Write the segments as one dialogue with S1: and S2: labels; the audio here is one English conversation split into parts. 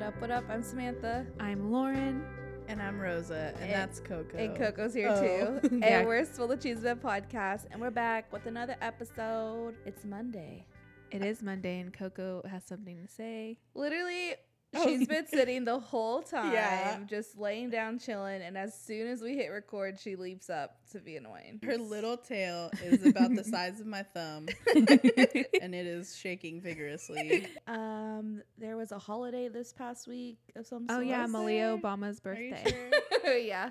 S1: up? What up? I'm Samantha.
S2: I'm Lauren.
S3: And I'm Rosa, and,
S1: And-
S3: that's Coco.
S1: And Coco's here
S3: Oh.
S1: too.
S2: Yeah.
S1: And we're still the Cheese Bed Podcast, and we're back with another episode. It's Monday.
S2: It is Monday, and Coco has something to say.
S1: Literally,
S3: Oh.
S1: she's been sitting the whole time,
S3: Yeah.
S1: just laying down, chilling. And as soon as we hit record, she leaps up to be annoying.
S3: Her little tail is about the size of my thumb, and it is shaking vigorously.
S1: Um, there was a holiday this past week of some
S2: oh
S1: sort.
S2: yeah,
S3: was
S2: Malia
S3: it?
S2: Obama's
S3: Are you
S2: birthday,
S3: sure?
S1: yeah,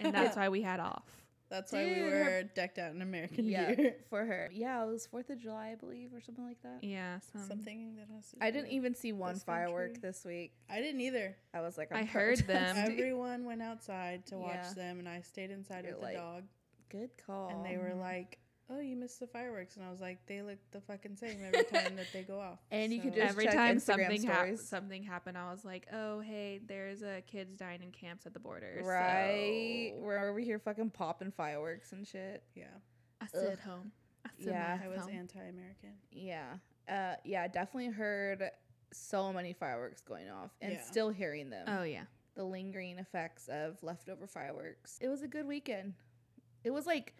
S2: and that's why we had off.
S3: That's why we
S1: Dude,
S3: were
S1: her-
S3: decked out in American
S1: yeah,
S3: gear.
S1: for her. Yeah, it was Fourth of July, I believe, or something like that.
S2: Yeah, some,
S3: Something that has to
S1: Um, I
S3: do
S1: didn't
S3: with-
S1: even see one
S3: This
S1: firework
S3: country.
S1: this week.
S3: I didn't either.
S1: I was like, I'm
S2: I heard them.
S1: protesting.
S3: Everyone went outside to watch
S1: Um, Yeah.
S3: them, and I stayed inside
S1: You're
S3: with
S1: like,
S3: the dog.
S1: Good call.
S3: And they were
S2: Aw.
S3: like, "Oh, you missed the fireworks," and I was like, "They look the fucking same every time that they go off."
S1: And you could
S3: So-
S1: just
S2: Every
S1: check
S2: time
S1: Instagram
S2: something happened,
S1: stories.
S2: something happened, I was like, "Oh hey, there's a kids dying in camps at the border."
S1: right.
S2: so
S1: We're over here fucking popping fireworks and shit.
S3: yeah,
S2: I stood
S1: Ugh.
S2: home. I stood
S1: Yeah.
S2: my
S3: I was
S2: home.
S3: anti-American.
S1: Yeah. Uh, yeah. I Definitely heard so many fireworks going off and
S3: Yeah.
S1: still hearing them.
S2: Oh yeah,
S1: The lingering effects of leftover fireworks. It was a good weekend. It was like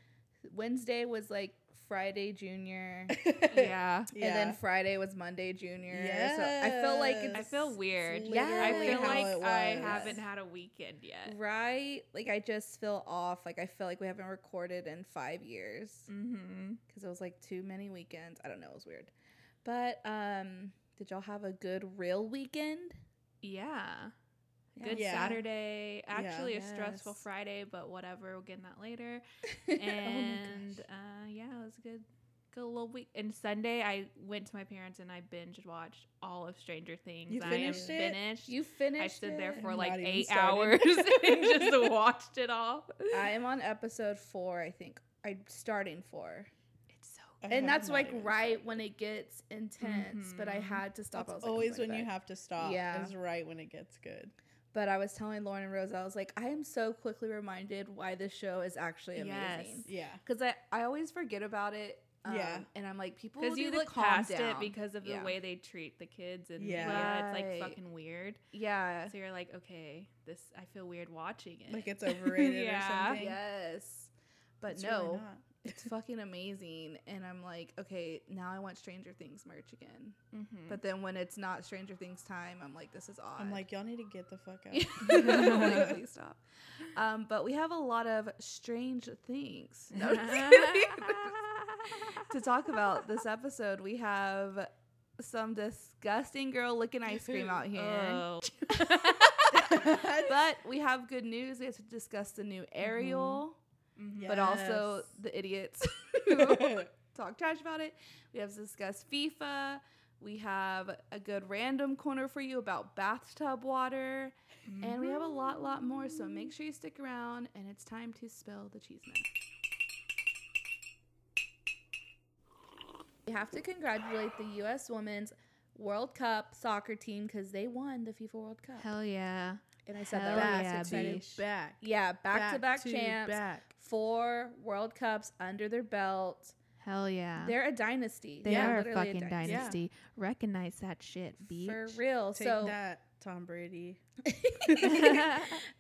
S1: Wednesday was like Friday Junior.
S2: yeah.
S1: And then Friday was Monday Junior. So I felt like it's
S2: I feel weird.
S3: It's
S1: Yeah.
S2: I
S3: literally
S2: feel
S3: how
S2: like
S3: it
S2: I
S3: was.
S2: haven't had a weekend yet.
S1: right. Like I just feel off. Like I feel like we haven't recorded in five years.
S2: Mm-hmm.
S1: because it was like too many weekends. I don't know, it was weird. But um, did y'all have a good real weekend?
S2: Yeah. Good
S3: Yeah.
S2: Saturday. Actually, a stressful
S1: Yes.
S2: Friday, but whatever. We'll get in that later.
S1: Oh my
S2: And uh, yeah, it was a good, good little week. And Sunday, I went to my parents and I binge watched all of Stranger Things.
S3: You
S2: I
S3: finished
S2: am
S3: it?
S2: finished.
S1: You finished.
S2: I stood there
S1: it?
S2: for
S3: I'm
S2: like
S3: not even
S2: eight hours
S3: started.
S2: and just watched it all.
S1: I am on episode four, I think. I'm starting four,
S2: It's so
S3: I
S1: and
S3: have
S1: that's
S3: not
S1: like
S3: even
S1: right
S3: started.
S1: when it gets intense. But I
S2: Mhm.
S1: had to stop. I was
S3: That's
S1: like, I'm
S3: always
S1: going
S3: when you
S1: back.
S3: have to stop.
S1: Yeah.
S3: is right when it gets good.
S1: But I was telling Lauren and Rose, I was like, I am so quickly reminded why this show is actually amazing.
S2: Yes.
S3: Yeah,
S1: Because I, I always forget about it.
S3: Yeah.
S1: um, and I'm like, people
S2: because
S1: need
S2: you
S1: to
S2: look
S1: calm
S2: past it
S1: down.
S2: because of the
S1: Yeah.
S2: way they treat the kids and
S3: Yeah.
S2: yeah,
S1: Right.
S2: it's like fucking weird.
S1: yeah,
S2: So you're like, okay, this I feel weird watching it.
S3: like it's overrated
S2: Yeah.
S3: or something.
S1: yes. But
S3: It's
S1: no,
S3: really not.
S1: it's fucking amazing and i'm like okay now i want stranger things merch again
S2: Mhm.
S1: but then when it's not stranger things time i'm like this is odd
S3: I'm like, y'all need to get the fuck
S1: I'm like,
S3: out.
S1: please stop um, but we have a lot of strange things No, to talk about this episode we have some disgusting girl licking ice cream out here
S3: Uh,
S2: Oh.
S1: but we have good news we have to discuss the new ariel
S2: Mhm.
S1: but also
S3: Mm-hmm. Yes.
S1: the idiots who talk trash about it. We have to discuss FIFA. We have a good random corner for you about bathtub water.
S3: Mm-hmm.
S1: And we have a lot, lot more. So make sure you stick around. And it's time to spill the cheese now. We have to congratulate the U.S. Women's World Cup soccer team because they won the FIFA World Cup.
S2: Hell yeah.
S1: and I said that
S2: hell
S1: right.
S2: yeah,
S1: so excited.
S2: bitch.
S3: back,
S1: Yeah, back to back
S3: to
S1: champs.
S3: back.
S1: Four World Cups under their belt.
S2: Hell yeah.
S1: They're a dynasty.
S2: They
S1: They're
S2: are a
S1: literally
S2: fucking
S1: dynasty.
S3: Yeah.
S2: dynasty. Recognize that shit, bitch.
S1: For real.
S3: Take
S1: so
S3: that, Tom Brady.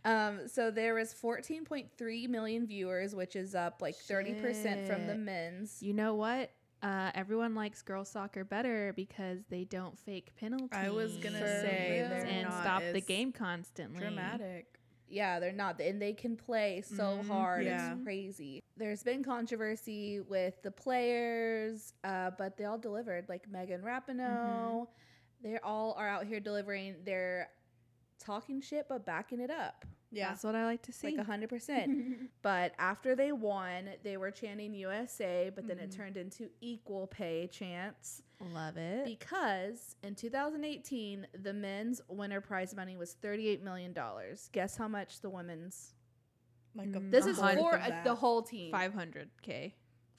S1: um so there was 14.3 million viewers, which is up like 30% from the
S2: Shit.
S1: men's.
S2: You know what? Uh, everyone likes girl soccer better because they don't fake penalties.
S3: I was gonna
S1: For
S3: say
S1: real.
S3: they're
S2: and
S3: not
S2: stop the
S3: as
S2: game constantly.
S3: Dramatic.
S1: Yeah, they're not and they can play so
S2: Mhm.
S1: hard.
S3: Mm-hmm. Yeah.
S1: It's crazy. There's been controversy with the players, uh, but they all delivered like Megan Rapinoe.
S2: Mm-hmm.
S1: They all are out here delivering. They're talking shit but backing it up.
S3: Yeah,
S2: That's what I like to see.
S1: Like 100%. But after they won, they were chanting USA, but then it
S2: Mhm.
S1: turned into equal pay chants
S2: Love it.
S1: because in 2018, the men's winner prize money was $38 million. Guess how much the women's?
S3: like a
S2: Mm.
S1: This
S2: A
S1: is
S2: hundred
S3: hundredth
S1: for
S3: of
S1: uh,
S3: that.
S1: the whole team.
S2: 500k.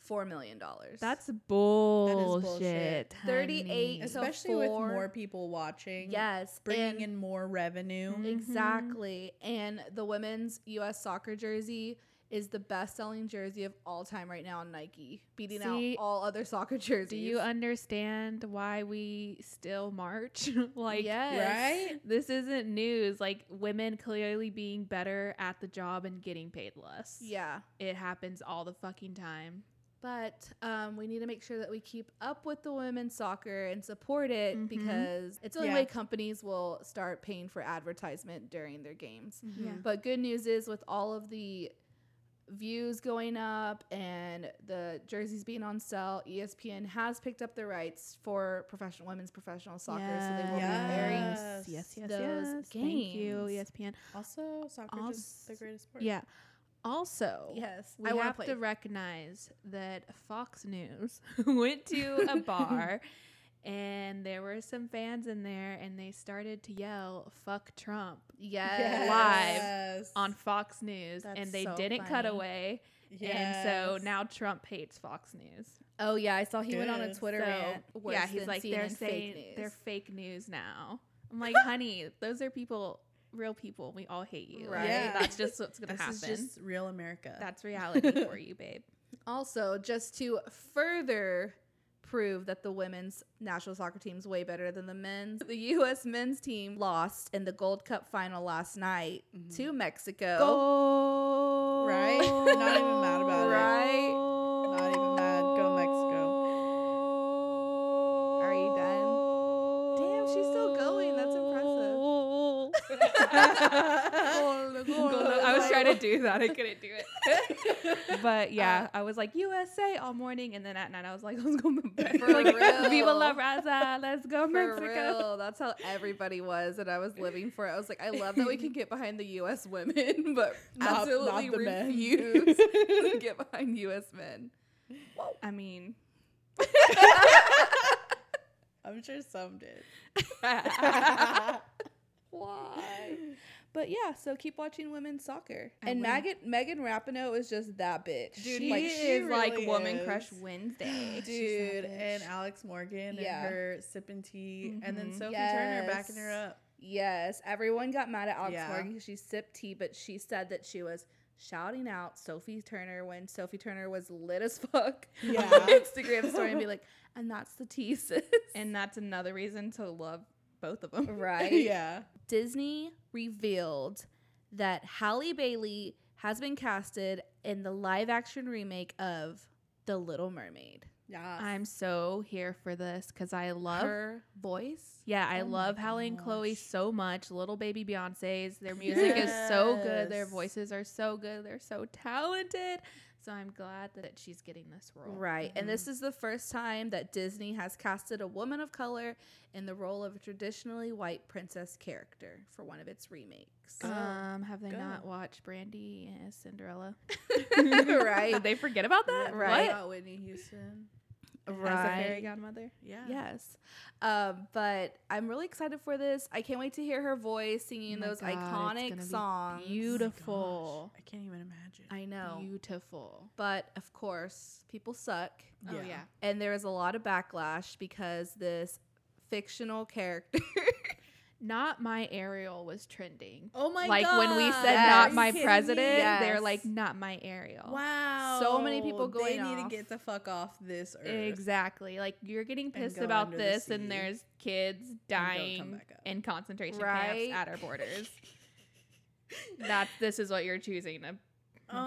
S1: $4 million. dollars.
S2: That's
S3: bullshit,
S2: bullshit.
S1: 38
S2: honey.
S1: so
S3: especially with
S1: for-
S3: more people watching.
S1: yes. and-
S3: bringing in more revenue.
S2: Mhm.
S1: Exactly. And the women's U.S. soccer jersey is the best-selling jersey of all time right now on Nike, beating
S2: See,
S1: out all other soccer jerseys.
S2: Do you understand why we still march? like,
S1: Yes.
S3: Right?
S2: this isn't news. Like, women clearly being better at the job and getting paid less.
S1: yeah.
S2: It happens all the fucking time.
S1: But um, we need to make sure that we keep up with the women's soccer and support it
S2: Mhm.
S1: because it's the only
S3: Yeah.
S1: way companies will start paying for advertisement during their games.
S2: Yeah.
S1: But good news is with all of the views going up and the jerseys being on sale, E ESPN has picked up the rights for professional women's professional soccer, so they will be airing
S3: Yes.
S2: yes, yes,
S1: those
S2: yes. Thank you, E
S1: games.
S2: ESPN.
S3: Also, soccer is just the
S2: Also-
S3: greatest sport.
S2: Yeah. Also,
S1: Yes,
S2: we
S1: I want
S2: have
S1: play.
S2: to recognize that Fox News went to a bar and there were some fans in there and they started to yell fuck Trump
S1: yes.
S3: Yes.
S2: on Fox News
S1: That's
S2: and they
S1: so
S2: didn't cut
S1: funny.
S2: away and
S3: Yes.
S2: so now Trump hates Fox News.
S1: Oh yeah, I saw he went on a
S3: Good.
S1: Twitter
S2: So,
S1: rant. Worse
S2: yeah, he's
S1: than
S2: like
S1: CNN
S2: they're
S1: fake
S2: saying
S1: news.
S2: they're fake news now. I'm like, honey, those are people, real people. We all hate you. Like,
S1: Right.
S3: Yeah.
S2: that's just what's gonna
S3: this
S2: happen.
S3: is just real America.
S2: That's reality for you, babe.
S1: Also, just to further prove that the women's national soccer team's way better than the men's, the U.S. men's team lost in the Gold Cup final last night
S3: Mhm.
S1: to Mexico.
S2: Go
S3: Right? Not even mad about it.
S1: Right?
S3: Not even mad. Go Mexico.
S1: Are you done? Damn, she's still going. That's impressive.
S2: I was trying to do that. I couldn't Uh, do it. but yeah, I was like USA all morning, and then at night I was like, let's go Mexico.
S1: For
S2: like,
S1: real.
S2: Viva la raza. Let's go
S1: For
S2: Mexico.
S1: real, that's how everybody was, and I was living for it. I was like, I love that we can get behind the U.S. women, but
S3: Not- not
S1: absolutely
S3: the men.
S1: refuse to get behind U.S. men.
S2: I mean,
S3: I'm sure some did.
S1: Why? But yeah, so keep watching women's soccer.
S2: I
S1: and
S2: will.
S1: Megan Megan Rapinoe is just that bitch.
S3: Dude,
S2: she
S3: like,
S2: is
S3: she
S2: like
S3: really
S2: Woman
S3: is.
S2: Crush Wednesday.
S3: Dude,
S2: She's that
S3: and
S2: bitch.
S3: Alex Morgan
S1: Yeah.
S3: and her sipping tea, and then
S2: Mhm.
S3: Sophie Turner backing her up.
S1: Yes, everyone got mad at Alex
S3: Yeah.
S1: Morgan because she sipped tea, but she said that she was shouting out Sophie Turner when Sophie Turner was lit as fuck on
S3: Yeah.
S1: the Instagram story and be like, and that's the tea, sis.
S2: and that's another reason to love both of them.
S1: right?
S3: yeah.
S1: Disney revealed that Halle Bailey has been casted in the live action remake of The Little Mermaid.
S3: Yeah.
S2: I'm so here for this because I love
S1: Her voice.
S2: Yeah, I
S3: Oh my
S2: love Hallie and Chloe
S3: gosh.
S2: so much. Little baby Beyonce's. Their music is so good. Their
S3: Yes.
S2: voices are so good. They're so talented. So I'm glad that she's getting this role.
S1: Right. And
S3: Mhm.
S2: Mm-hmm.
S1: this is the first time that Disney has casted a woman of color in the role of a traditionally white princess character for one of its remakes.
S3: Go,
S2: Um, have they
S3: go.
S2: not watched Brandy and Cinderella?
S1: right.
S2: Did they forget about that?
S1: Right.
S2: What?
S3: About Whitney Houston.
S2: As a fairy
S1: Right.
S2: godmother.
S3: Yeah.
S1: Yes. Um, but I'm really excited for this. I can't wait to hear her voice singing
S2: Oh my
S1: those
S2: God, it's gonna
S1: iconic
S2: be
S1: songs.
S2: Beautiful.
S3: Oh I can't even imagine.
S1: I know.
S2: Beautiful.
S1: but of course, people suck.
S2: Oh yeah.
S1: And there is a lot of backlash because this fictional character.
S2: Not my Ariel was trending.
S3: Oh my
S2: like
S3: god.
S2: when we said
S1: Yes. Are
S2: not
S1: you
S2: my
S3: kidding me?
S2: president,
S1: Yes.
S2: they're like not my Ariel.
S3: Wow.
S1: So many people
S3: They
S1: going
S3: need
S1: off.
S3: to get the fuck off this earth.
S2: Exactly. Like you're getting pissed
S3: go
S2: about
S3: under the
S2: this,
S3: sea
S2: and there's kids dying
S3: back up.
S2: in concentration
S1: Right?
S2: camps at our borders. That's this is what you're choosing to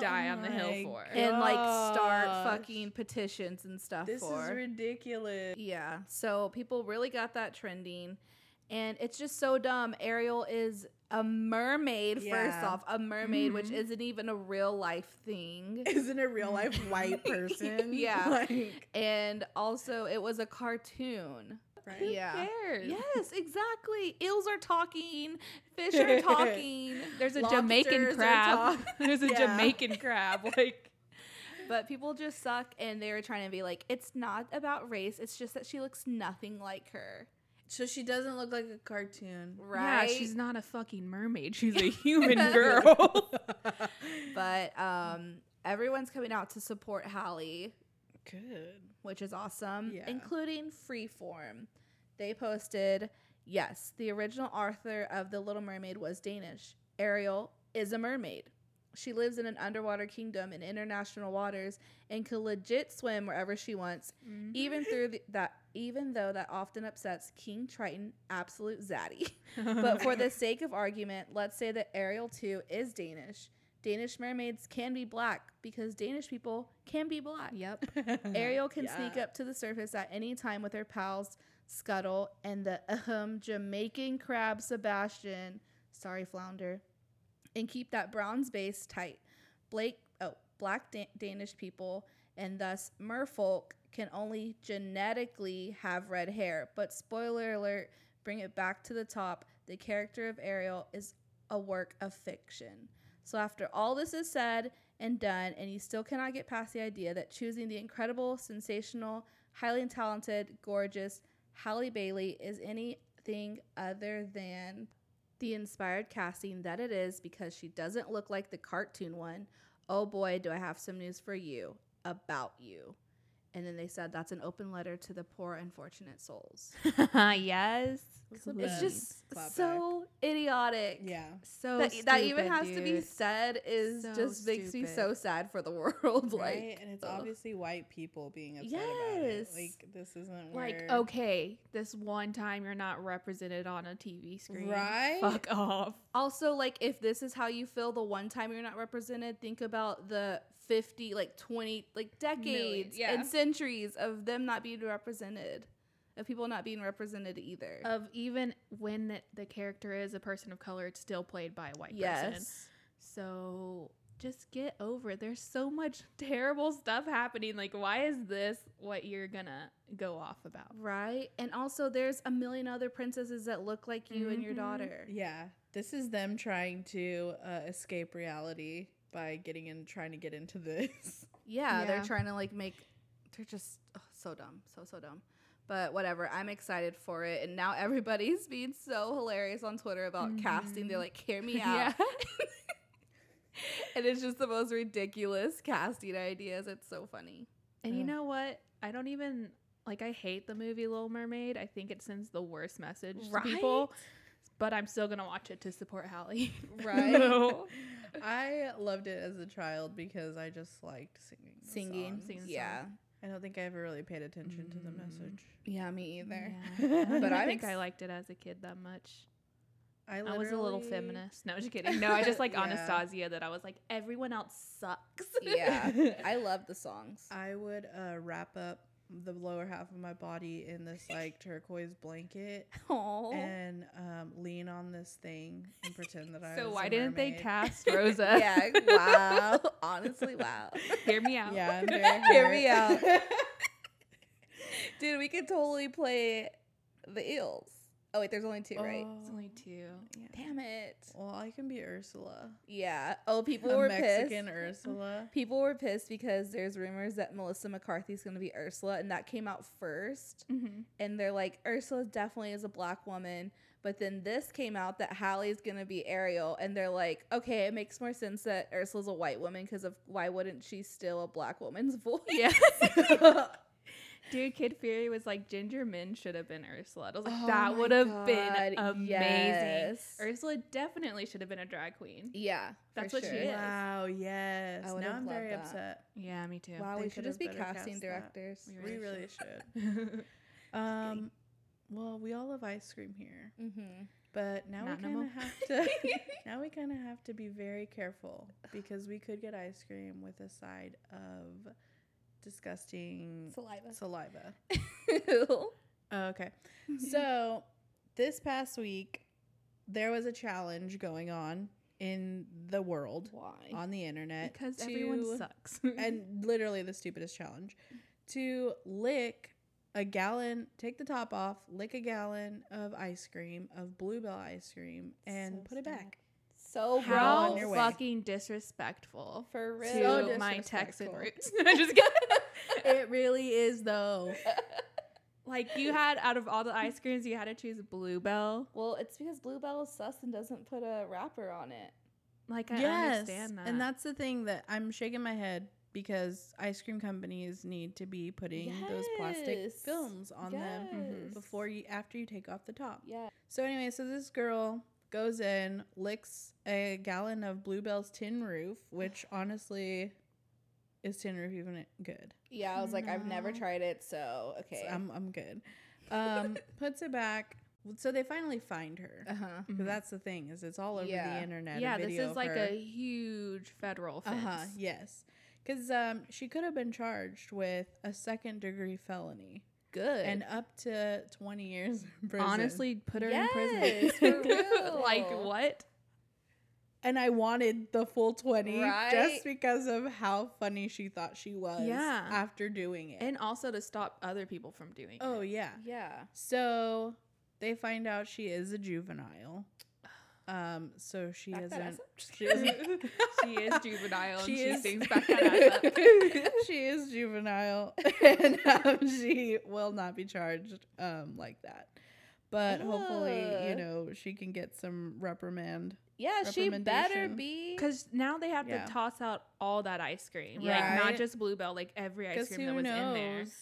S2: die on the hill
S3: Oh my
S2: for.
S1: and like start
S2: Oh,
S3: gosh.
S1: fucking petitions and stuff
S3: This
S1: for.
S3: is ridiculous.
S1: yeah. So people really got that trending. And it's just so dumb. Ariel is a mermaid, first
S3: Yeah.
S1: off, a mermaid, which
S2: Mhm.
S1: isn't even a real life thing.
S3: Isn't a real life white person?
S1: Yeah.
S3: Like,
S1: And also, it was a cartoon.
S3: right?
S2: Who
S1: Yeah.
S2: cares?
S1: Yes, exactly. Eels are talking, fish are talking.
S2: There's a
S1: lobsters
S2: Jamaican
S1: are
S2: crab.
S1: talk-
S2: There's a
S3: Yeah.
S2: Jamaican crab. Like
S1: But people just suck, and they were trying to be like, it's not about race. It's just that she looks nothing like her,
S3: So she doesn't look like a cartoon.
S1: right?
S2: yeah, she's not a fucking mermaid. She's a human girl.
S1: But um, everyone's coming out to support Hallie,
S3: Good.
S1: which is awesome,
S3: Yeah.
S1: including Freeform. They posted, yes, the original author of The Little Mermaid was Danish. Ariel is a mermaid. She lives in an underwater kingdom in international waters and can legit swim wherever she wants,
S2: Mm-hmm. Mm.
S1: even through the, that. Even though that often upsets King Triton, absolute zaddy. But for the sake of argument, let's say that Ariel too is Danish. Danish mermaids can be black because Danish people can be black.
S2: yep.
S1: Ariel can sneak
S3: Mm-hmm. Yeah.
S1: up to the surface at any time with her pals Scuttle and the ahem Jamaican crab Sebastian. Sorry, flounder. And keep that bronze base tight. Blake, oh, black Dan- Danish people and thus merfolk can only genetically have red hair. But spoiler alert, bring it back to the top. The character of Ariel is a work of fiction. So after all this is said and done, and you still cannot get past the idea that choosing the incredible, sensational, highly talented, gorgeous Halle Bailey is anything other than the inspired casting that it is because she doesn't look like the cartoon one. Oh boy, do I have some news for you about you. And then they said that's an open letter to the poor unfortunate souls.
S2: yes.
S1: It's
S3: Yes.
S1: just
S3: Clap
S1: so idiotic.
S3: yeah.
S2: so
S1: That, that even
S2: stupid,
S1: has to be
S2: dude.
S1: said is
S2: So
S1: just makes me
S2: stupid.
S1: so sad for the world.
S3: right?
S1: Like,
S3: And it's
S1: ugh.
S3: obviously white people being upset about it.
S1: Yes.
S3: Like this isn't where
S2: Like, okay, this one time you're not represented on a TV screen.
S3: Right?
S2: Fuck off.
S1: Also, like, if this is how you feel the one time you're not represented, think about the 50, like 20, like decades
S2: yeah.
S1: and centuries of them not being represented, of people not being represented either.
S2: Of even when the, the character is a person of color, it's still played by a white person.
S1: yes.
S2: So just get over it. There's so much terrible stuff happening. Like, why is this what you're gonna go off about?
S1: Right? And also, there's a million other princesses that look like you and your
S2: Mhm.
S1: daughter.
S3: Yeah. This is them trying to uh, escape reality by getting in trying to get into this.
S1: Yeah, they're
S2: Yeah.
S1: trying to like make. They're just ugh, so dumb, so so dumb. But whatever, I'm excited for it, and now everybody's being so hilarious on Twitter about casting. They're
S2: Mhm.
S1: like, "Hear me out," and it's just the most ridiculous casting ideas. It's so funny.
S2: And you
S3: Ugh.
S2: know what? I don't even like. I hate the movie Little Mermaid. I think it sends the worst message
S1: Right?
S2: to people. But I'm still gonna watch it to support Hallie.
S3: Right?
S2: No.
S3: I loved it as a child because I just liked singing. the
S1: Singing,
S3: songs.
S2: Singing the
S1: yeah,
S3: I don't think I ever really paid attention to the
S2: Mm.
S3: message.
S1: yeah, me either.
S2: but
S1: But
S2: I
S1: I'm
S2: don't think
S1: ex-
S2: I liked it as a kid that much.
S3: I,
S2: I was a little
S3: literally-
S2: feminist. No, just kidding. No, I just like
S3: Yeah.
S2: Anastasia that I was like, everyone else sucks.
S1: Yeah, I love the songs.
S3: I would uh, wrap up the lower half of my body in this like turquoise blanket
S2: Oh.
S1: Aww.
S3: and um, lean on this thing and pretend that I.
S2: so
S3: was
S2: why
S3: a
S2: didn't they
S3: mermaid.
S2: cast Rosa?
S1: yeah, wow. Honestly, wow.
S2: Hear me out.
S3: Yeah, I'm very
S1: Hear me
S3: hurt.
S1: Dude, we could totally play the eels. Oh wait, there's only two, right?
S3: Oh,
S2: It's only two.
S3: yeah.
S1: Damn it.
S3: Well, I can be Ursula.
S1: Yeah. Oh, people
S3: a
S1: were
S3: Mexican
S1: pissed.
S3: Ursula.
S1: People were pissed because there's rumors that Melissa McCarthy's going to be Ursula, and that came out first.
S2: Mhm.
S1: And they're like, Ursula definitely is a black woman. But then this came out that Hallie's going to be Ariel, and they're like, okay, it makes more sense that Ursula's a white woman because of why wouldn't she steal a black woman's voice?
S2: Yes. Dude, Kid Fury was like, Ginger Min should have been Ursula. I was like,
S1: Oh
S2: that
S1: my
S2: would have
S1: God,
S2: been amazing.
S1: yes.
S2: Ursula definitely should have been a drag queen.
S1: Yeah,
S2: That's
S1: for
S2: what she is.
S3: Wow. Yes.
S1: I
S3: Now
S1: would have
S3: I'm
S1: loved
S3: very
S1: that.
S3: upset.
S2: Yeah, me too.
S1: Wow,
S3: They
S1: we
S3: could
S1: should just be
S3: have better
S1: casting
S3: cast that.
S1: directors.
S2: We
S3: We really should.
S1: kidding.
S3: Um, well, we all love ice cream here,
S1: Mm-hmm.
S3: but now
S2: Not no
S3: we kind
S2: more.
S3: of have to. now we kind of have to be very careful because we could get ice cream with a side of disgusting
S1: Saliva.
S3: saliva. Oh,
S1: Ew.
S3: Okay, so this past week there was a challenge going on in the world
S1: Why?
S3: on the internet
S2: because everyone
S3: to-
S2: sucks.
S3: and literally the stupidest challenge to lick a gallon take the top off lick a gallon of ice cream of bluebell ice cream and
S1: So
S3: put it
S1: sad.
S3: back
S1: So
S3: How on
S2: how
S3: your way.
S2: fucking disrespectful
S1: For
S2: to
S1: real.
S3: So
S2: my
S3: disrespectful.
S2: Texan roots. I just got
S3: it really is though
S2: like you had out of all the ice creams, you had to choose Bluebell.
S1: well, it's because Bluebell is sus and doesn't put a wrapper on it.
S2: Like I understand that,
S3: and that's the thing that i'm shaking my head because ice cream companies need to be putting those plastic
S1: Yes.
S3: films on them Mm-hmm.
S2: Mhm.
S1: Yes.
S3: before you after you take off the top
S1: Yeah.
S3: so anyway so this girl goes in, licks a gallon of Bluebell's Tin Roof, which honestly is Tin Roof even good?
S1: Yeah, I was like, I've never
S2: No.
S1: tried it, so okay.
S3: Mm-hmm. So I'm, I'm good. Um, puts it back. So they finally find her.
S1: uh huh.
S3: 'Cause that's the thing is it's all over
S1: Yeah.
S3: the internet. a
S2: Uh-huh. Mm-hmm. yeah, this
S3: video
S2: is
S3: of
S2: like
S3: her.
S2: a huge federal offense.
S3: Uh-huh, yes. Because um, she could have been charged with a second degree felony
S1: Good.
S3: and up to 20 years in prison.
S2: Honestly, put her in
S1: Yes,
S2: prison.
S1: for real.
S2: like what?
S3: And I wanted the full 20
S1: Right?
S3: just because of how funny she thought she was
S2: Yeah.
S3: after doing it.
S2: And also to stop other people from doing.
S3: oh,
S2: it.
S3: yeah.
S1: yeah.
S3: So they find out she is a juvenile. Um, so she
S1: Back that ass
S3: isn't.
S1: up.
S3: She isn't.
S2: she is juvenile.
S3: She
S2: and She
S3: is-
S2: sings back that ass up.
S3: she is juvenile and um, she will not be charged um, like that. But hopefully, you
S1: Ugh.
S3: know, she can get some reprimand.
S1: Yeah, she better
S3: Reprimandation.
S1: be.
S2: Because now they have
S3: Yeah.
S2: to toss out all that ice cream, like
S3: Right.
S2: not just bluebell, like every ice
S3: Because
S2: cream that
S3: who
S2: was in there.
S3: knows,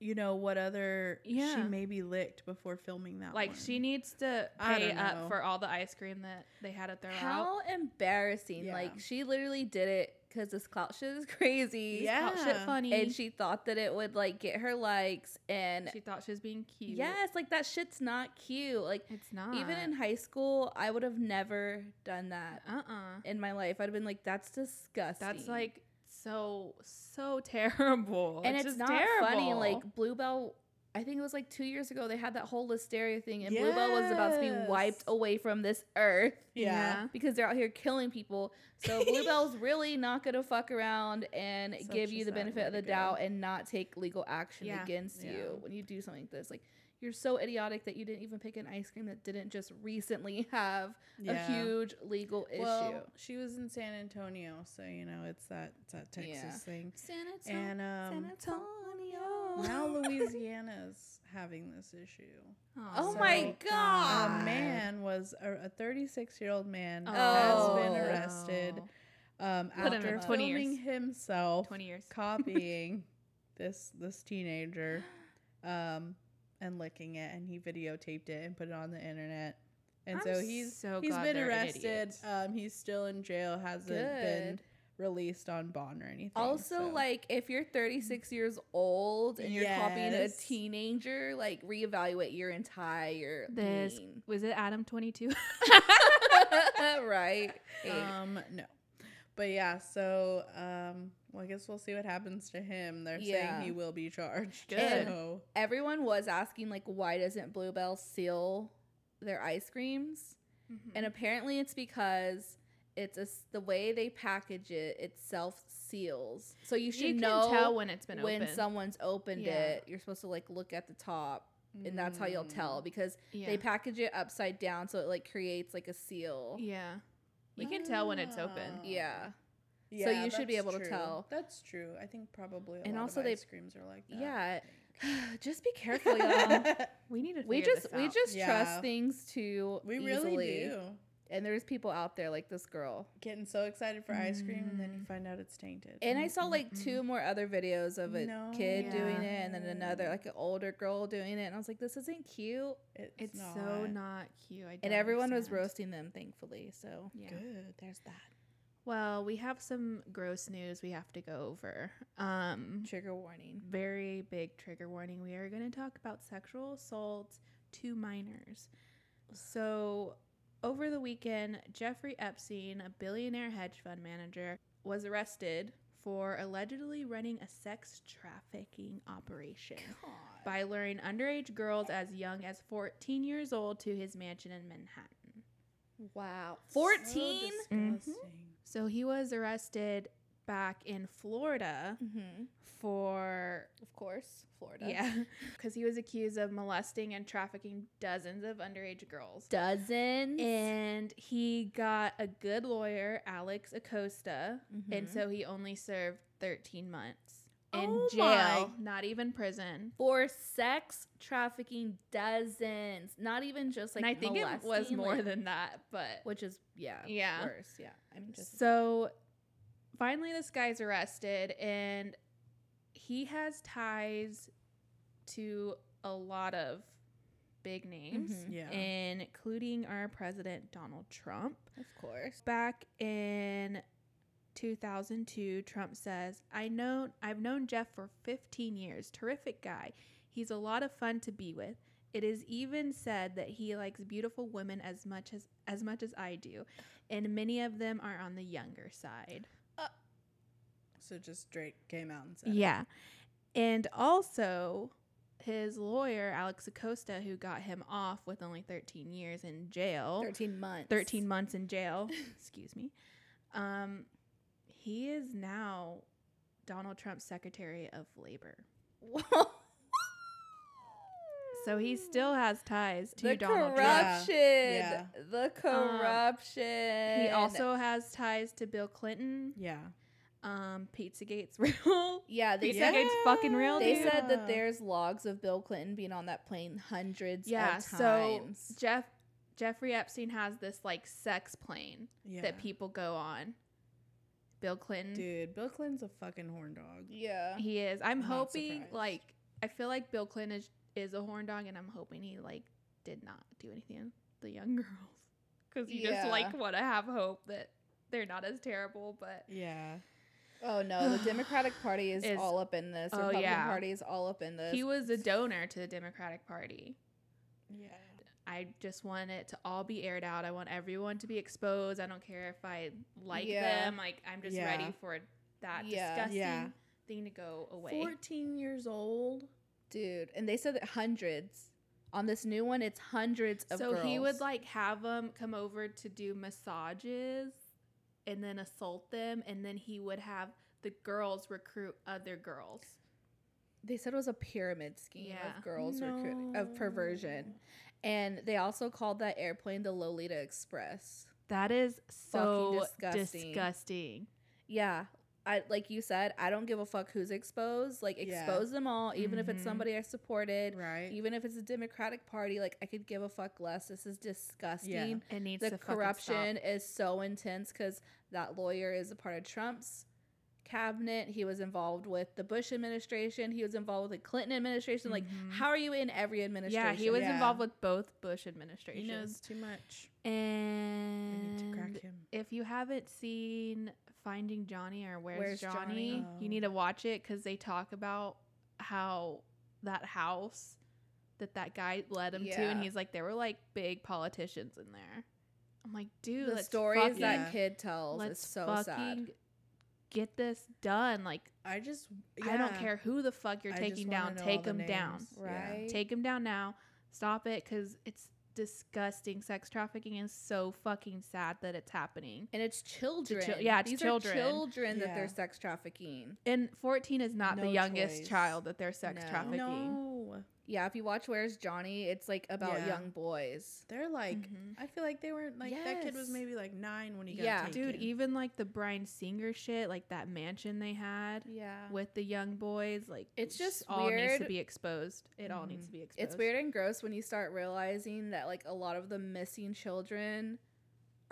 S3: you know, what other she
S2: Yeah.
S3: maybe licked before filming that
S2: Like
S3: one.
S2: she needs to
S3: I
S2: pay
S3: don't know.
S2: up for all the ice cream that they had to throw out.
S1: How embarrassing.
S3: Yeah.
S1: Like, she literally did it because this clout shit is crazy.
S3: Yeah.
S2: Clout shit funny.
S1: And she thought that it would, like, get her likes. And
S2: she thought she was being cute.
S1: yes, like, that shit's not cute. Like,
S2: it's not
S1: even in high school, I would have never done that
S2: uh uh
S1: in my life. I'd have been like, that's disgusting.
S2: That's like so so terrible.
S1: and it's,
S2: just
S1: not
S2: terrible.
S1: funny. Like Bluebell, I think it was like two years ago they had that whole listeria thing, and Bluebell was about to be wiped
S3: Yes.
S1: away from this earth
S3: yeah.
S1: because they're out here killing people. So Bluebell's really not gonna fuck around and
S3: Such
S1: give
S3: a
S1: you the
S3: sad
S1: benefit
S3: way
S1: of the
S3: to go.
S1: doubt and not take legal action
S2: Yeah.
S1: against
S3: Yeah.
S1: you when you do something like this. Like you're so idiotic that you didn't even pick an ice cream that didn't just recently have
S3: yeah.
S1: a huge legal issue.
S3: Well, she was in San Antonio, so you know it's that it's that Texas
S1: Yeah.
S3: thing.
S2: San Antonio.
S3: And um,
S1: Antonio.
S3: now Louisiana's having this issue.
S1: Oh
S3: So,
S1: my god.
S3: a man was a 36 year old man
S1: Oh.
S3: has been arrested um,
S2: Put him
S3: after
S2: in 20
S3: filming
S2: years.
S3: himself
S2: Twenty years.
S3: copying this this teenager um, and licking it, and he videotaped it and put it on the internet. And
S2: I'm
S3: so he's
S2: so
S3: he's
S2: glad
S3: been
S2: they're an
S3: arrested.
S2: idiot.
S3: Um, he's still in jail. Hasn't been
S1: Good.
S3: released on bond or anything.
S1: Also,
S3: so-
S1: like if you're 36 years old and you're copying a
S3: Yes.
S1: teenager, like reevaluate your entire
S2: This-
S1: lane.
S2: Was it Adam twenty two?
S1: right?
S3: Um, no. But yeah, so um, well, I guess we'll see what happens to him. They're
S1: Yeah.
S3: saying he will be charged.
S1: Good.
S3: So,
S1: Everyone was asking like, why doesn't Bluebell seal their ice creams?
S2: Mm-hmm.
S1: And apparently, it's because it's a s the way they package it. It self seals, so you should
S2: you can
S1: know
S2: tell when it's been
S1: when
S2: open.
S1: someone's opened
S2: Yeah.
S1: it. You're supposed to like look at the top, and that's how you'll
S3: Mm.
S1: tell because
S2: yeah.
S1: they package it upside down, so it like creates like a seal.
S2: yeah. You can tell when it's open.
S3: Oh.
S1: Yeah.
S3: Yeah,
S1: you should be
S3: that's
S1: able to
S3: true.
S1: tell.
S3: That's true. I think probably. A
S1: And
S3: lot
S1: also
S3: of
S1: they-
S3: ice creams are like that.
S1: Yeah.
S3: I
S1: just be careful, y'all.
S3: think.
S2: We need to.
S1: we
S2: figure
S1: just
S2: this
S1: we
S2: out.
S1: just trust
S3: Yeah.
S1: things too
S3: we really
S1: easily.
S3: do.
S1: And there's people out there like this girl.
S3: Getting so excited for ice cream, and then you find out it's tainted.
S1: Mm. And I saw
S2: Mm,
S1: like
S2: mm,
S1: two more other videos of a
S3: No.
S1: kid doing it and then
S3: Yeah.
S1: another like an older girl doing it and I was like this isn't cute.
S3: it's,
S2: It's
S3: not
S2: so not cute. I don't
S1: and everyone was
S2: understand.
S1: roasting them thankfully. So
S2: Yeah.
S3: good.
S1: there's that.
S2: Well, we have some gross news we have to go over. Um,
S1: Trigger warning.
S2: very big trigger warning. We are going to talk about sexual assault to minors. So, over the weekend, Jeffrey Epstein, a billionaire hedge fund manager, was arrested for allegedly running a sex trafficking operation by luring underage girls as young as 14 years old to his mansion in Manhattan.
S1: Wow. Mm-hmm.
S3: So
S1: 14?
S2: Mhm.
S3: disgusting.
S2: So, he was arrested back in Florida
S1: mm-hmm.
S2: for
S1: Of course, Florida.
S2: Yeah, because he was accused of molesting and trafficking dozens of underage girls.
S1: Dozens.
S2: And he got a good lawyer, Alex Acosta, and
S1: Mhm.
S2: so he only served 13 months in
S3: Oh
S2: jail, not even prison.
S1: for sex trafficking dozens not even just like
S2: and I think it was
S1: molesting,
S2: more
S1: like-
S2: than that, but
S1: which is yeah
S2: Yeah.
S1: worse yeah i'm just
S2: so finally this guy's arrested and he has ties to a lot of big names,
S1: Mhm.
S3: Yeah.
S2: including our president, Donald Trump.
S1: Of course.
S2: Back in 2002, Trump says, "I know I've known Jeff for 15 years. Terrific guy. He's a lot of fun to be with. It is even said that he likes beautiful women as much as as much as I do, and many of them are on the younger side."
S3: so just Drake came out and said, it.
S2: Yeah. And also, his lawyer, Alex Acosta, who got him off with only 13 years in jail,
S1: 13 months.
S2: 13 months in jail, excuse me, um, he is now Donald Trump's Secretary of Labor. So he still has ties to
S1: the
S2: Donald Trump.
S1: corruption.
S3: Yeah.
S1: The corruption.
S2: He also has ties to Bill Clinton.
S3: Yeah.
S2: Um, Pizzagate's real.
S1: Yeah, they
S3: Yeah.
S1: said
S2: Pizzagate's fucking real.
S1: they
S2: dude.
S1: said
S3: Yeah.
S1: that there's logs of Bill Clinton being on that plane hundreds
S2: yeah
S1: of
S2: so
S1: times.
S2: jeff jeffrey epstein has this like sex plane
S3: Yeah.
S2: that people go on bill clinton
S3: Dude, Bill Clinton's a fucking horn dog.
S1: yeah.
S2: he is i'm
S3: I'm not
S2: hoping
S3: surprised.
S2: like i feel like bill clinton is, is a horn dog and i'm hoping he like did not do anything to the young girls because you just like
S1: Yeah.
S2: want to have hope that they're not as terrible but
S3: Yeah.
S1: Oh no, the Democratic Party is,
S2: Is-
S1: all up in this.
S2: oh,
S1: Republican
S2: yeah.
S1: Party is all up in this.
S2: he was a donor to the democratic party
S3: Yeah.
S2: I just want it to all be aired out. I want everyone to be exposed. I don't care if I like
S1: Yeah.
S2: them. Like I'm just
S3: Yeah.
S2: ready for that
S1: Yeah.
S2: disgusting
S3: Yeah.
S2: thing to go away.
S3: 14 years old.
S1: Dude, and they said that hundreds. On this new one, it's hundreds of
S2: so he would
S1: girls.
S2: like have them come over to do massages and then assault them and then he would have the girls recruit other girls.
S1: they said it was a pyramid scheme
S2: Yeah.
S1: of girls recruiting of perversion. And they also called that airplane the Lolita Express.
S2: That is
S1: so
S2: so
S1: disgusting.
S2: disgusting.
S1: Yeah. I like you said, I don't give a fuck who's exposed. Like
S3: Yeah. Mm-hmm.
S1: expose them all, even if it's
S2: Mhm.
S1: somebody I supported,
S3: Right.
S1: even if it's a Democratic Party, like I could give a fuck less. This is disgusting.
S2: It needs
S1: the
S2: to fucking
S1: corruption
S2: stop.
S1: is so intense because that lawyer is a part of Trump's cabinet. He was involved with the Bush administration. He was involved with the Clinton administration. Like,
S2: Mhm.
S1: how are you in every administration?
S2: Yeah, he was
S3: Mm-hmm. Yeah.
S2: involved with both Bush
S3: He
S2: administrations.
S3: knows too much. I
S2: And
S3: need to crack him.
S2: if you haven't seen Finding Johnny or Where's,
S1: Where's
S2: Johnny,
S1: Johnny?
S3: Oh.
S2: you need to watch it because they talk about how that house that that guy led him to,
S1: Yeah.
S2: and he's like, there were like big politicians in there. I'm like, dude,
S1: The
S2: let's
S1: stories
S2: fucking,
S1: that
S3: Yeah.
S1: kid tells is
S2: let's
S1: so
S2: fucking
S1: sad.
S2: get this done. Like,
S3: I just.
S2: I don't
S3: yeah.
S2: care who the fuck you're
S3: I just
S2: taking
S3: wanna
S2: down,
S3: know all
S2: take
S3: the
S2: them down.
S3: names. Yeah.
S1: Right?
S2: Take him down now. Stop it because it's disgusting. Sex trafficking is so fucking sad that it's happening.
S1: and it's children.
S2: yeah, it's
S1: These
S2: children.
S1: are children that
S3: Yeah.
S1: they're sex trafficking.
S2: And 14 is not the
S3: No
S2: youngest
S3: choice.
S2: child that they're sex
S1: No.
S2: trafficking.
S3: No.
S1: Yeah, if you watch Where's Johnny, it's like about
S3: Yeah.
S1: young boys.
S3: They're like.
S1: Mm-hmm.
S2: Mhm.
S3: I feel like they weren't like that kid was
S1: Yes.
S3: maybe like nine when he got
S1: Yeah.
S3: taken.
S2: Dude, even like the Brian Singer shit, like that mansion they had
S1: Yeah.
S2: with the young boys, like
S1: It's just
S2: all needs
S1: weird. Mm-hmm.
S2: to be exposed. It all needs to be exposed.
S1: It's weird and gross when you start realizing that like a lot of the missing children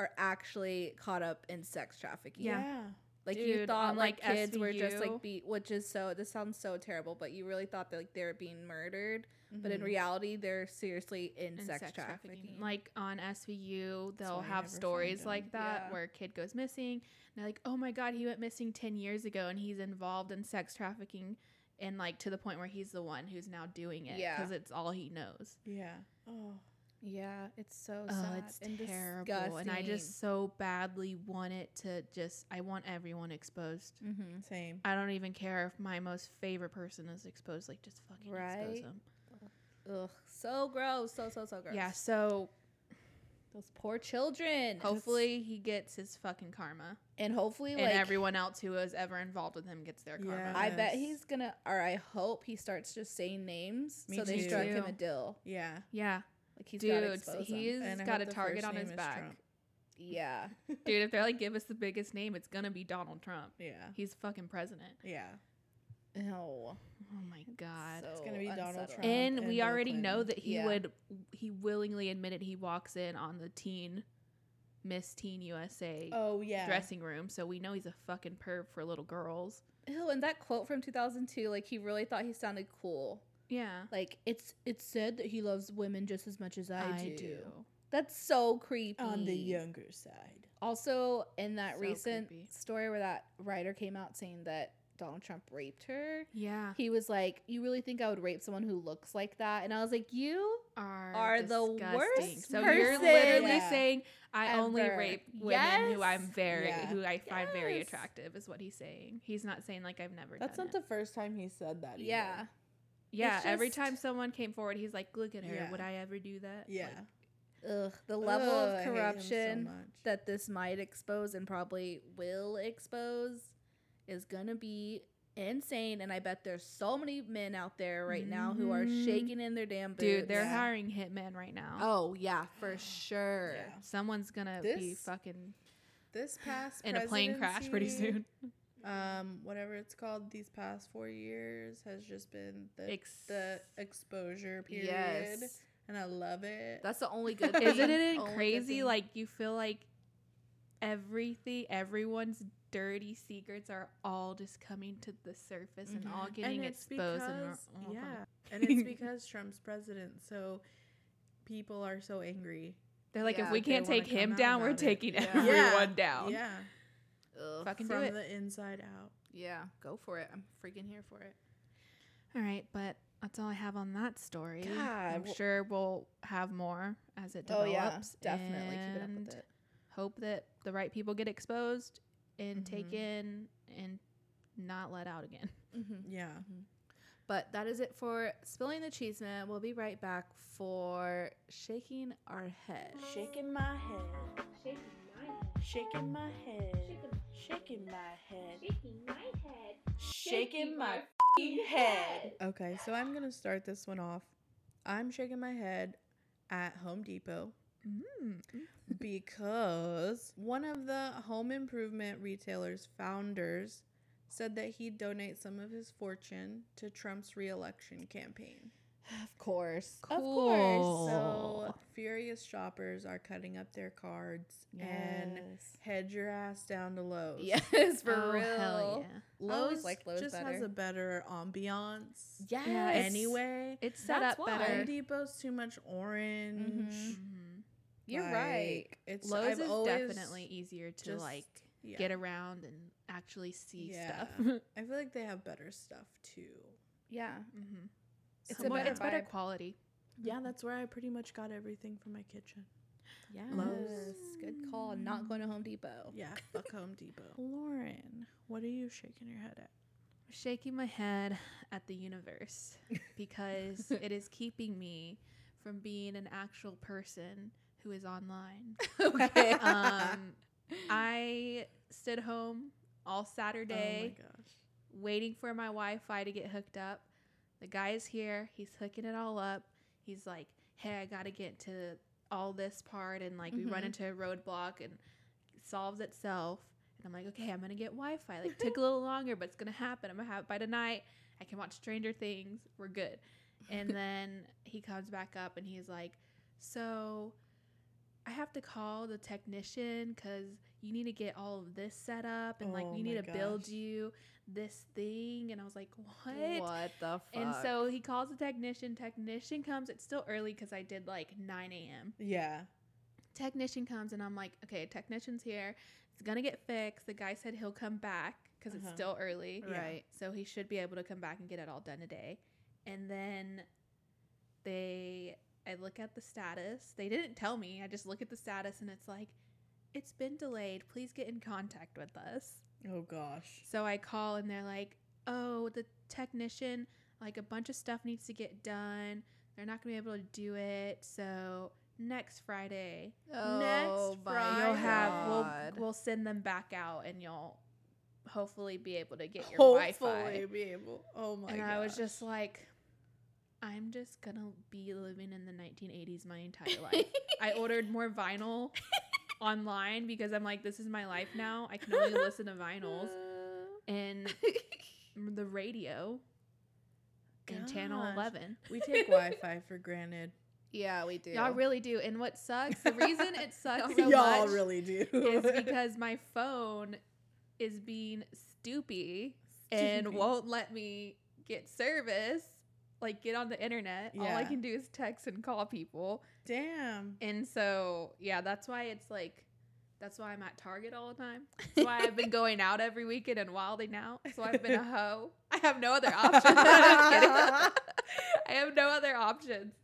S1: are actually caught up in sex trafficking.
S2: Yeah.
S1: Like you
S2: Dude,
S1: thought
S2: on,
S1: like,
S2: like,
S1: kids were just
S2: SVU.
S1: like be which is so this sounds so terrible, but you really thought that like they're being murdered. But in
S2: Mm-hmm.
S3: Mhm.
S1: reality they're seriously in
S2: And
S1: sex, trafficking.
S2: Like on SVU,
S3: That's
S2: they'll
S3: why I never
S2: have
S3: find
S2: stories
S3: them.
S2: like that
S1: Yeah.
S2: where a kid goes missing. And they're like, oh my God, he went missing 10 years ago and he's involved in sex trafficking. And like to the point where he's the one who's now doing it
S1: Yeah.
S2: because it's all he knows.
S3: Yeah. Oh.
S1: yeah, it's so
S2: Oh,
S1: sad
S2: it's
S1: and
S2: terrible.
S1: disgusting.
S2: And I just so badly want it to just, I want everyone exposed.
S1: mm-hmm.
S3: Same.
S2: I don't even care if my most favorite person is exposed. Like, just fucking expose
S1: Right?
S2: them.
S1: Ugh, so gross, so so so gross.
S2: Yeah, so
S1: those poor children.
S2: hopefully he gets his fucking karma.
S1: and hopefully
S2: And
S1: like
S2: everyone else who was ever involved with him gets their karma.
S3: Yeah.
S1: I bet
S3: Yes.
S1: he's gonna, or I hope he starts just saying names,
S3: Me
S1: so they
S3: too.
S1: struck him
S2: Too.
S1: a deal.
S3: Yeah.
S2: Yeah.
S1: Like he's gotta
S2: Dude,
S1: expose him.
S2: he's
S3: And I
S2: got a
S3: hope the
S2: target
S3: first
S2: on
S3: name
S2: his
S3: is
S2: back.
S3: Trump.
S1: yeah,
S2: Dude, if they're like, give us the biggest name, it's going to be Donald Trump.
S3: Yeah.
S2: He's fucking president.
S3: Yeah.
S1: no,
S2: Oh my God.
S1: So
S3: gonna be Donald
S1: unsettling.
S3: Trump.
S2: and,
S3: and
S2: we
S3: Bill
S2: already know
S3: Clinton.
S2: that he
S1: Yeah.
S2: would he willingly admitted he walks in on the teen miss teen usa
S3: Oh yeah.
S2: dressing room so we know he's a fucking perv for little girls
S1: oh, Ew, and that quote from 2002, like he really thought he sounded cool.
S2: Yeah.
S4: Like it's it's said that he loves women just as much as I, do. That's so creepy.
S3: On the younger side.
S4: Also, in that
S2: So
S4: recent
S2: creepy.
S4: story where that writer came out saying that Donald Trump raped her,
S2: Yeah.
S4: he was like, "You really think I would rape someone who looks like that?" And I was like, "You
S2: Are,
S4: Are the
S2: disgusting.
S4: worst
S2: So you're
S4: person
S2: literally
S4: Yeah.
S2: saying I only
S4: ever.
S2: rape women who I'm
S4: Yes.
S2: very
S3: Yeah.
S2: who I find very
S4: Yes.
S2: attractive is what he's saying. He's not saying like I've never
S3: That's
S2: done
S3: not
S2: it.
S3: the first time he said that. Either.
S4: yeah."
S2: yeah,
S4: it's
S2: every
S4: just-
S2: time someone came forward, he's like, "Look at her.
S3: Yeah.
S2: Would I ever do that?"
S3: Yeah.
S2: Like,
S4: Ugh, the level
S3: Ugh,
S4: of
S3: I hate him so
S4: corruption
S3: much.
S4: that this might expose and probably will expose is gonna be insane. And I bet there's so many men out there right now who are
S1: Mm-hmm.
S2: Mhm.
S4: shaking in their damn boots.
S2: dude, they're
S3: Yeah.
S2: hiring hitmen right now.
S1: Oh yeah, for sure.
S3: Yeah.
S2: Someone's gonna be
S3: This-
S2: fucking
S3: This past
S2: in a plane crash pretty
S3: presidency,
S2: soon.
S3: um, whatever it's called, these past four years has just been the,
S2: Ex-
S3: the exposure period,
S1: Yes,
S3: and I love it.
S1: that's the only good. thing.
S2: Isn't it
S1: Only good
S2: crazy?
S1: thing.
S2: Like you feel like everything, everyone's dirty secrets are all just coming to the surface and all getting exposed. and we're all
S3: yeah,
S2: gonna-
S3: and it's because Trump's president, so people are so angry.
S2: they're like, if
S1: Yeah,
S2: we
S3: they
S2: can't
S3: wanna
S2: take
S3: come
S2: him
S3: out
S2: down, we're
S3: about it.
S2: taking
S1: Yeah.
S2: everyone down.
S3: Yeah,
S1: Ugh.
S2: Fucking do
S3: from
S2: it.
S3: the inside out.
S1: Yeah, go for it. I'm freaking here for it.
S2: All right, but that's all I have on that story.
S4: God,
S2: I'm
S4: well-
S2: sure we'll have more as it
S4: oh
S2: develops.
S4: yeah, definitely keeping up
S2: and
S4: with it.
S2: Hope that the right people get exposed and
S3: Mhm.
S2: taken and not let out again.
S4: Mm-hmm.
S3: Yeah,
S4: But that is it for spilling the cheese man. We'll be right back for shaking our head.
S5: Shaking my head, shaking my head, shaking my head, shaking my f***ing head.
S3: Okay, so I'm gonna start this one off. I'm shaking my head at Home Depot
S2: Mm,
S3: because one of the home improvement retailers founders said that he'd donate some of his fortune to Trump's reelection campaign.
S4: Of course, of
S2: Cool.
S4: course.
S3: So furious shoppers are cutting up their cards and head your ass down to Lowe's.
S4: yes, for
S2: oh,
S4: real.
S2: Hell yeah.
S4: I always
S3: Lowe's
S4: liked Lowe's
S3: just has
S4: better.
S3: a better ambiance.
S4: Yes.
S2: Yeah, it's-
S3: Anyway,
S2: It's set
S4: That's
S2: up
S4: why.
S2: better.
S3: Home Depot's too much orange.
S4: Mhm.
S2: Mhm.
S4: You're
S3: Like,
S4: right.
S3: It's
S2: Lowe's
S3: I've
S2: is
S3: always-
S2: definitely easier to
S3: just-
S2: like
S3: yeah.
S2: get around and actually see
S3: Yeah.
S2: stuff.
S4: Mm-hmm.
S2: Mhm.
S3: I feel like they have better stuff too.
S4: Yeah. It's a
S2: Somewhat-
S4: better
S2: it's better
S4: vibe.
S2: quality.
S3: Yeah, that's where I pretty much got everything from my kitchen.
S4: Yeah.
S2: Lowe's.
S4: Good call. Not going to Home Depot.
S3: Yeah, fuck Home Depot. Lauren, what are you shaking your head at?
S2: shaking my head at the universe because it is keeping me from being an actual person who is online.
S4: okay.
S2: Um, I stood home all Saturday
S3: Oh my gosh.
S2: waiting for my Wi-Fi to get hooked up. The guy is here. He's hooking it all up. He's like, "Hey, I gotta get to all this part," and like we run
S3: Mm-hmm.
S4: Mhm.
S2: into a roadblock and it solves itself. And I'm like, "Okay, I'm gonna get Wi-Fi." Like, took a little longer, but it's gonna happen. I'm gonna have it by tonight. I can watch Stranger Things. We're good. And then he comes back up and he's like, "So." I have to call the technician because you need to get all of this set up and like
S3: Oh
S2: we need
S3: my
S2: to build
S3: gosh.
S2: you this thing and i was like what,
S1: What the fuck?
S2: and so he calls the technician technician comes it's still early because i did like 9 a.m
S3: Yeah.
S2: technician comes and i'm like okay technician's here it's gonna get fixed the guy said he'll come back because
S3: Uh-huh.
S2: it's still early
S3: Yeah.
S1: right.
S2: so he should be able to come back and get it all done today and then they i look at the status they didn't tell me i just look at the status and it's like it's been delayed please get in contact with us
S3: Oh gosh.
S2: so I call and they're like, "Oh, the technician, like a bunch of stuff needs to get done. They're not going to be able to do it. So next Friday,
S1: Oh,
S3: Next
S1: my
S3: Friday.
S2: you'll have
S1: God.
S2: we'll we'll send them back out and you'll hopefully be able to get your
S3: Hopefully
S2: Wi-Fi."
S3: be able. Oh my.
S2: and I was
S3: gosh.
S2: just like I'm just gonna be living in the 1980s my entire life. I ordered more vinyl online because I'm like, this is my life now. I can only listen to vinyls and the radio and channel
S3: Gosh.
S2: 11
S3: we take Wi-Fi for granted.
S1: yeah, we do.
S2: y'all really do and what sucks the reason it sucks so
S3: Y'all
S2: much
S3: really do.
S2: is because my phone is being stoopy and won't let me get service like get on the internet. All I
S3: Yeah.
S2: can do is text and call people.
S3: Damn.
S2: And so, yeah, that's why it's like, that's why I'm at Target all the time. That's why I've been going out every weekend and wilding out. So I've been a hoe. I have no other options. I'm just kidding. I have no other options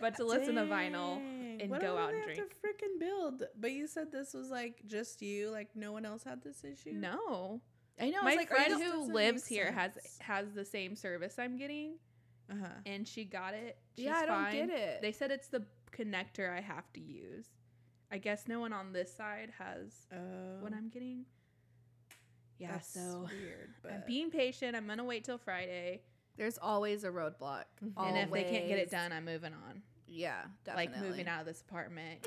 S2: but to listen to vinyl.
S3: Dang.
S2: and
S3: What
S2: go
S3: all
S2: out
S3: do
S2: and
S3: they have To freaking build, but you said this was like just you, like no one else had this issue.
S2: No,
S4: I know.
S2: my
S4: it's like,
S2: friend
S4: friend
S2: who
S3: doesn't
S2: lives
S3: make
S2: here has
S3: sense.
S2: has the same service I'm getting,
S3: Uh huh.
S2: and she got it. She's
S1: yeah, I don't
S2: fine.
S1: get it.
S2: They said it's the connector I have to use. I guess no one on this side has
S3: Oh.
S2: what I'm getting. Yeah,
S3: that's
S2: so
S3: weird. But
S2: I'm being patient. I'm gonna wait till Friday,
S1: There's always a roadblock.
S2: and if they can't get
S1: Always.
S2: it done, I'm moving on.
S1: yeah, definitely.
S2: Like moving out of this apartment,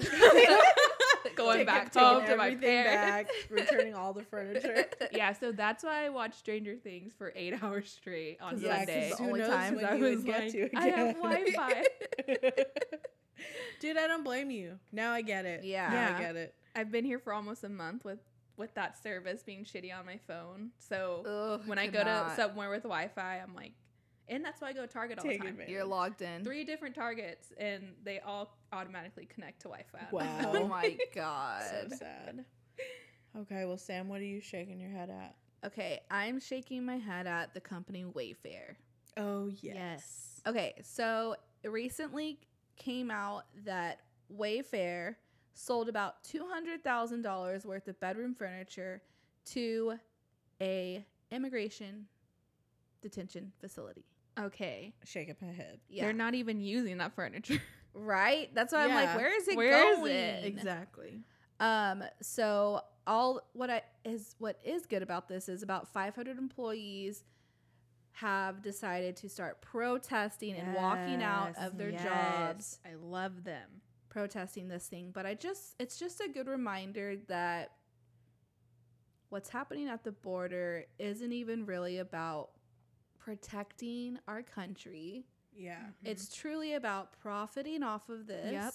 S1: Going
S2: going
S3: Taking-
S2: back
S3: taking
S2: home to my
S3: everything
S2: parents.
S3: back, returning all the furniture.
S2: yeah, so that's why I watched Stranger Things for eight hours straight on
S1: 'Cause, like,
S2: Sunday.
S1: it's
S3: who
S1: only
S3: knows
S1: time
S3: when
S2: I
S3: you would
S2: was
S3: get
S2: like,
S3: to
S2: I have
S3: again.
S2: Wi-Fi.
S3: Dude, I don't blame you. Now I get it.
S1: Yeah.
S3: Now
S2: Yeah.
S3: I get it.
S2: I've been here for almost a month with with that service being shitty on my phone. So
S1: Ugh,
S2: when I
S1: could
S2: go to
S1: not.
S2: somewhere with Wi-Fi, I'm like, and that's why I go to Target all
S3: Take
S2: the time.
S3: advantage.
S1: you're logged in.
S2: Three different Targets, and they all automatically connect to Wi-Fi.
S3: Wow.
S1: Oh my
S2: Uh,
S3: So
S1: god.
S3: sad. Okay, well, Sam, what are you shaking your head at?
S1: Okay, I'm shaking my head at the company Wayfair.
S3: Oh
S1: Okay, so it recently came out that Wayfair sold about $200,000 worth of bedroom furniture to a immigration detention facility.
S2: Okay,
S3: Shaking my head.
S1: Yeah.
S2: they're not even using that furniture.
S1: right? That's why I'm
S3: Yeah.
S1: like, where is it
S2: Where is
S1: going?
S2: it?
S3: Exactly.
S1: Um, so all what I is what is good about this is about 500 employees have decided to start protesting and walking out
S2: Yes,
S1: of their
S2: yes.
S1: jobs
S2: I love them.
S1: protesting this thing, but I just it's just a good reminder that what's happening at the border isn't even really about protecting our country.
S3: Yeah.
S1: It's truly about profiting off of this.
S2: Yep.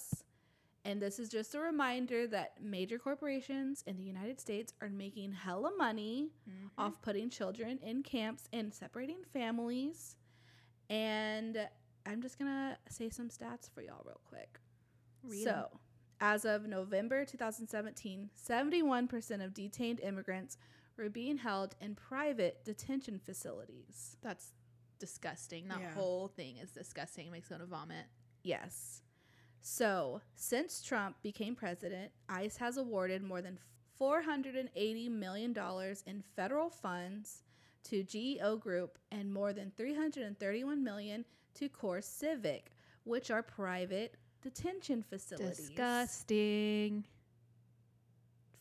S1: And this is just a reminder that major corporations in the United States are making hella money
S3: Mm-hmm.
S2: Mhm.
S1: off putting children in camps and separating families. And I'm just going to say some stats for y'all real quick.
S2: Read 'em.
S1: so, as of November 2017, 71% of detained immigrants were being held in private detention facilities.
S2: That's disgusting. That
S3: Yeah.
S2: whole thing is disgusting. It makes me want to vomit.
S1: Yes. So, since Trump became president, ICE has awarded more than $480 million in federal funds to GEO Group and more than $331 million to Core Civic, which are private detention facilities.
S2: Disgusting.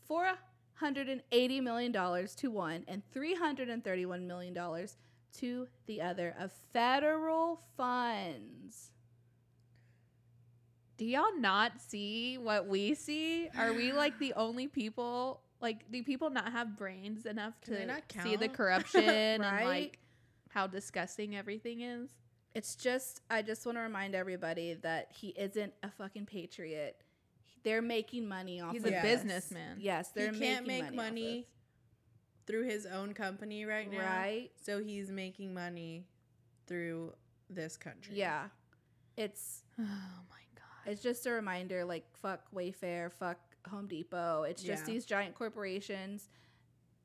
S1: $480 million to one and $331 million to the other of federal funds.
S2: Do y'all not see what we see? Are we like the only people? Like, do people not have brains enough
S3: Can they
S2: to
S3: not
S2: see the
S3: count?
S2: corruption and
S1: Right?
S2: like how disgusting everything is?
S1: It's just, I just want to remind everybody that he isn't a fucking patriot. They're making money off
S2: He's
S1: of
S2: a
S3: Yes.
S1: this.
S2: businessman.
S1: Yes,
S3: He
S1: they're
S3: can't
S1: making
S3: make money,
S1: money,
S3: through his own company
S1: off
S3: right
S1: of-
S3: now.
S1: right?
S3: So he's making money through this country.
S1: Yeah. It's
S2: Oh my god.
S1: it's just a reminder like fuck Wayfair, fuck Home Depot. It's just
S3: Yeah.
S1: these giant corporations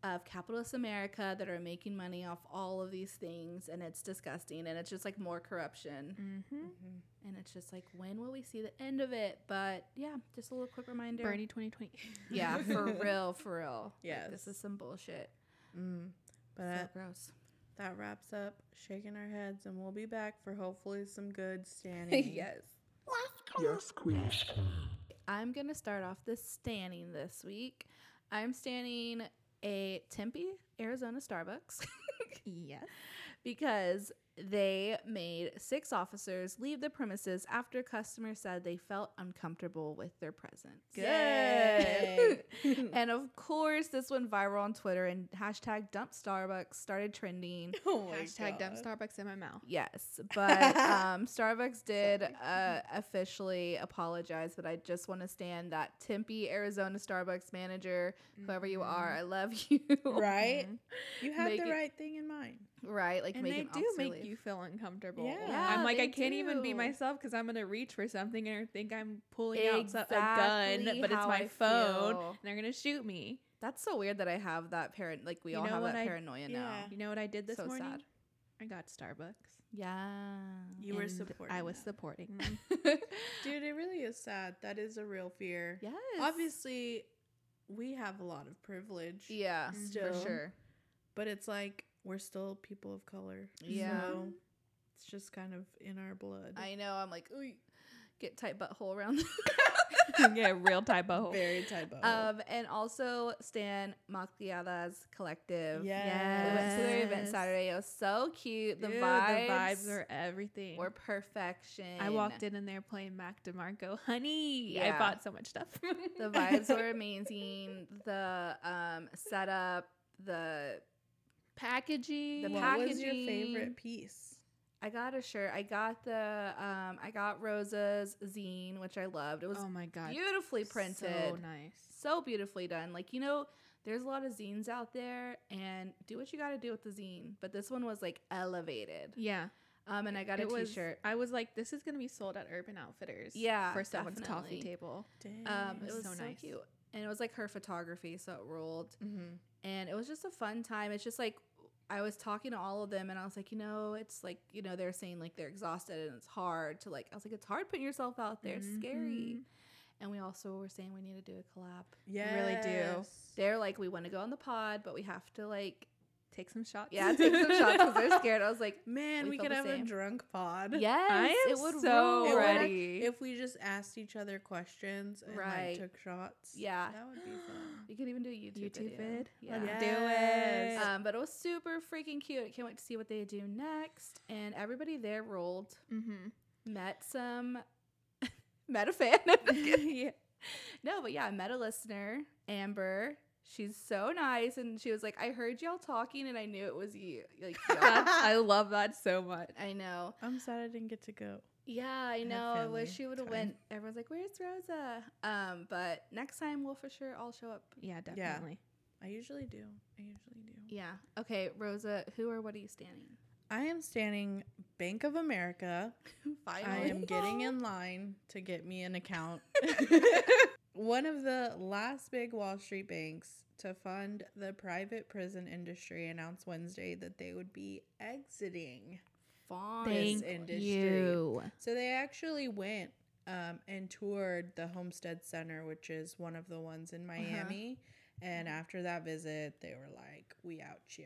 S1: of capitalist America that are making money off all of these things and it's disgusting and it's just like more corruption.
S2: Mm-hmm.
S3: Mhm.
S1: And it's just like when will we see the end of it? But yeah, just a little quick reminder.
S2: Bernie 2020.
S1: Yeah, for real, for real. Yeah,
S3: Yes.
S1: this is some bullshit.
S3: Mm. But
S1: so
S3: uh,
S1: gross.
S3: that wraps up shaking our heads, and we'll be back for hopefully some good standing.
S6: Yes, Queen.
S1: I'm gonna start off the standing this week. I'm standing a Tempe, Arizona Starbucks
S2: yes.
S1: because they made six officers leave the premises after customers said they felt uncomfortable with their presence.
S3: Yay.
S1: and of course, this went viral on Twitter and hashtag dump Starbucks started trending.
S3: Oh my
S2: Hashtag dump
S3: God.
S2: Starbucks in my mouth.
S1: Yes, but um, Starbucks did uh, officially apologize. But I just want to stand that Tempe, Arizona Starbucks Mm-hmm. manager, whoever you are, I love you.
S3: Right?
S2: Mhm.
S3: You had
S1: Make
S3: the
S1: it-
S3: right thing in mind.
S1: right? Like
S2: and
S1: make
S2: they
S1: an
S2: do
S1: officer
S2: make
S1: leave.
S2: you feel uncomfortable.
S3: Yeah.
S2: I'm
S1: Yeah,
S2: like,
S1: they
S2: I can't even be
S1: do.
S2: myself because I'm gonna reach for something and think I'm pulling out so- a gun,
S1: Exactly
S2: but it's
S1: how
S2: my
S1: I
S2: phone,
S1: feel.
S2: and they're gonna shoot me.
S1: That's so weird that I have that parent. Like we
S2: You
S1: all
S2: know
S1: have
S2: what
S1: that
S2: I-
S1: paranoia now.
S3: yeah.
S2: You know what I did this
S1: So
S2: morning?
S1: sad.
S2: I got Starbucks.
S1: Yeah.
S5: You were
S2: and
S5: supporting.
S2: I was
S5: them.
S2: supporting them.
S3: Dude, it really is sad. That is a real fear.
S1: yes.
S3: Obviously, we have a lot of privilege.
S1: Yeah. For
S3: Still.
S1: sure.
S3: But it's like we're still people of color.
S1: Yeah.
S3: So it's just kind of in our blood.
S1: I know. I'm like, ooh, get tight butthole around.
S2: yeah, real type of hole.
S3: Very typo.
S1: um, and also Stan Macliada's collective. We went to their event
S2: Yes.
S1: Saturday. It was so cute. The
S2: Dude,
S1: vibes.
S2: the vibes are everything.
S1: were perfection.
S2: I walked in and they're playing Mac DeMarco. Honey,
S1: Yeah.
S2: I bought so much stuff.
S1: The vibes were amazing. The um setup, the packaging, the
S3: what
S1: packaging.
S3: was your favorite piece?
S1: I got a shirt. I got the um I got Rosa's zine, which I loved. It was
S2: oh my god,
S1: beautifully printed.
S2: so nice.
S1: so beautifully done. Like, you know, there's a lot of zines out there and do what you got to do with the zine, but this one was like elevated.
S2: Yeah,
S1: Um and I got a
S2: was.
S1: t-shirt.
S2: I was like, this is gonna be sold at Urban Outfitters.
S1: Yeah,
S2: for someone's coffee
S1: definitely.
S2: table.
S3: Dang.
S1: Um it
S2: was
S1: was so,
S2: so nice.
S1: cute. And it was like her photography, so it rolled.
S3: Mhm.
S1: And it was just a fun time. It's just like I was talking to all of them and I was like, you know, it's like, you know, they're saying like they're exhausted and it's hard to like I was like, it's hard putting yourself out there. It's scary.
S2: Mhm.
S1: And we also were saying we need to do a collab.
S2: really do.
S3: Yes.
S1: They're like, we want to go on the pod, but we have to like
S2: Take some shots.
S1: Yeah, take some shots because they're scared. I was like,
S3: Man,
S1: We
S3: we,
S1: felt
S3: could
S1: the
S3: have
S1: same.
S3: a drunk pod.
S1: yes,
S2: I am
S1: it would
S2: so
S1: rule.
S3: It would act-
S2: ready.
S3: If we just asked each other questions and
S1: Right.
S3: like, took shots.
S1: Yeah.
S3: That would be fun.
S1: You could even do a YouTube,
S2: YouTube
S1: video.
S2: vid. Oh,
S1: Yeah.
S2: Let's
S3: Yes.
S2: do it.
S1: Um, but it was super freaking cute. I can't wait to see what they do next. And everybody there rolled,
S2: mm-hmm.
S1: met some, met a fan. Um, No, but yeah, I met a listener, Amber. She's so nice, and she was like, "I heard y'all talking, and I knew it was you." Like, y'all.
S2: I love that so much.
S1: I know.
S3: I'm sad I didn't get to go.
S1: Yeah, I
S3: had
S1: know. I wish
S3: family
S1: she would have
S3: time.
S1: went. Everyone's like, "Where's Rosa?" Um, but next time we'll for sure all show up.
S2: Yeah, definitely.
S3: I usually do. I usually do.
S1: Yeah. Okay, Rosa, who or what are you standing?
S3: I am standing Bank of America. I am getting in line to get me an account. One of the last big Wall Street banks to fund the private prison industry announced Wednesday that they would be exiting.
S1: Fawn.
S3: Thank industry. you.
S2: It's
S3: So they actually went um, and toured the Homestead Center, which is one of the ones in Miami. And after that visit, they were like, "We out, yeah,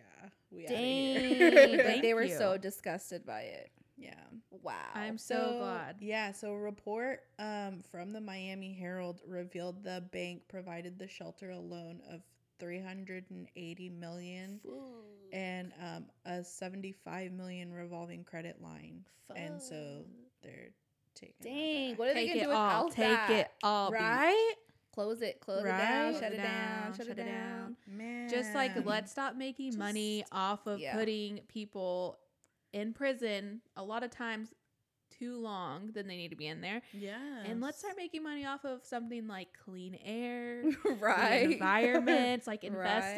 S3: we out
S1: Like,
S3: here."
S1: they were
S2: you.
S1: so disgusted by it.
S3: yeah.
S1: Wow.
S2: I'm so glad.
S3: Yeah, so a report um, from the Miami Herald revealed the bank provided the shelter a loan of 380 million and um, a 75 million revolving credit line. And so they're taking that
S4: Dang,
S3: back.
S4: what are they gonna
S2: Take it
S4: do
S2: all.
S4: without
S2: Take
S4: that?
S2: it all. bitch.
S3: right?
S4: Close it. Close it
S3: Right?
S4: down.
S2: Close
S4: Shut
S2: it
S4: it down.
S2: down,
S4: Shut it
S2: shut it
S4: down.
S3: Man.
S2: Just like
S3: Mm.
S2: let's stop making money off of
S1: yeah.
S2: putting people in prison a lot of times too long than they need to be in there.
S3: Yeah.
S2: And let's start making money off of something like clean air,
S1: Right.
S2: clean environments, like invest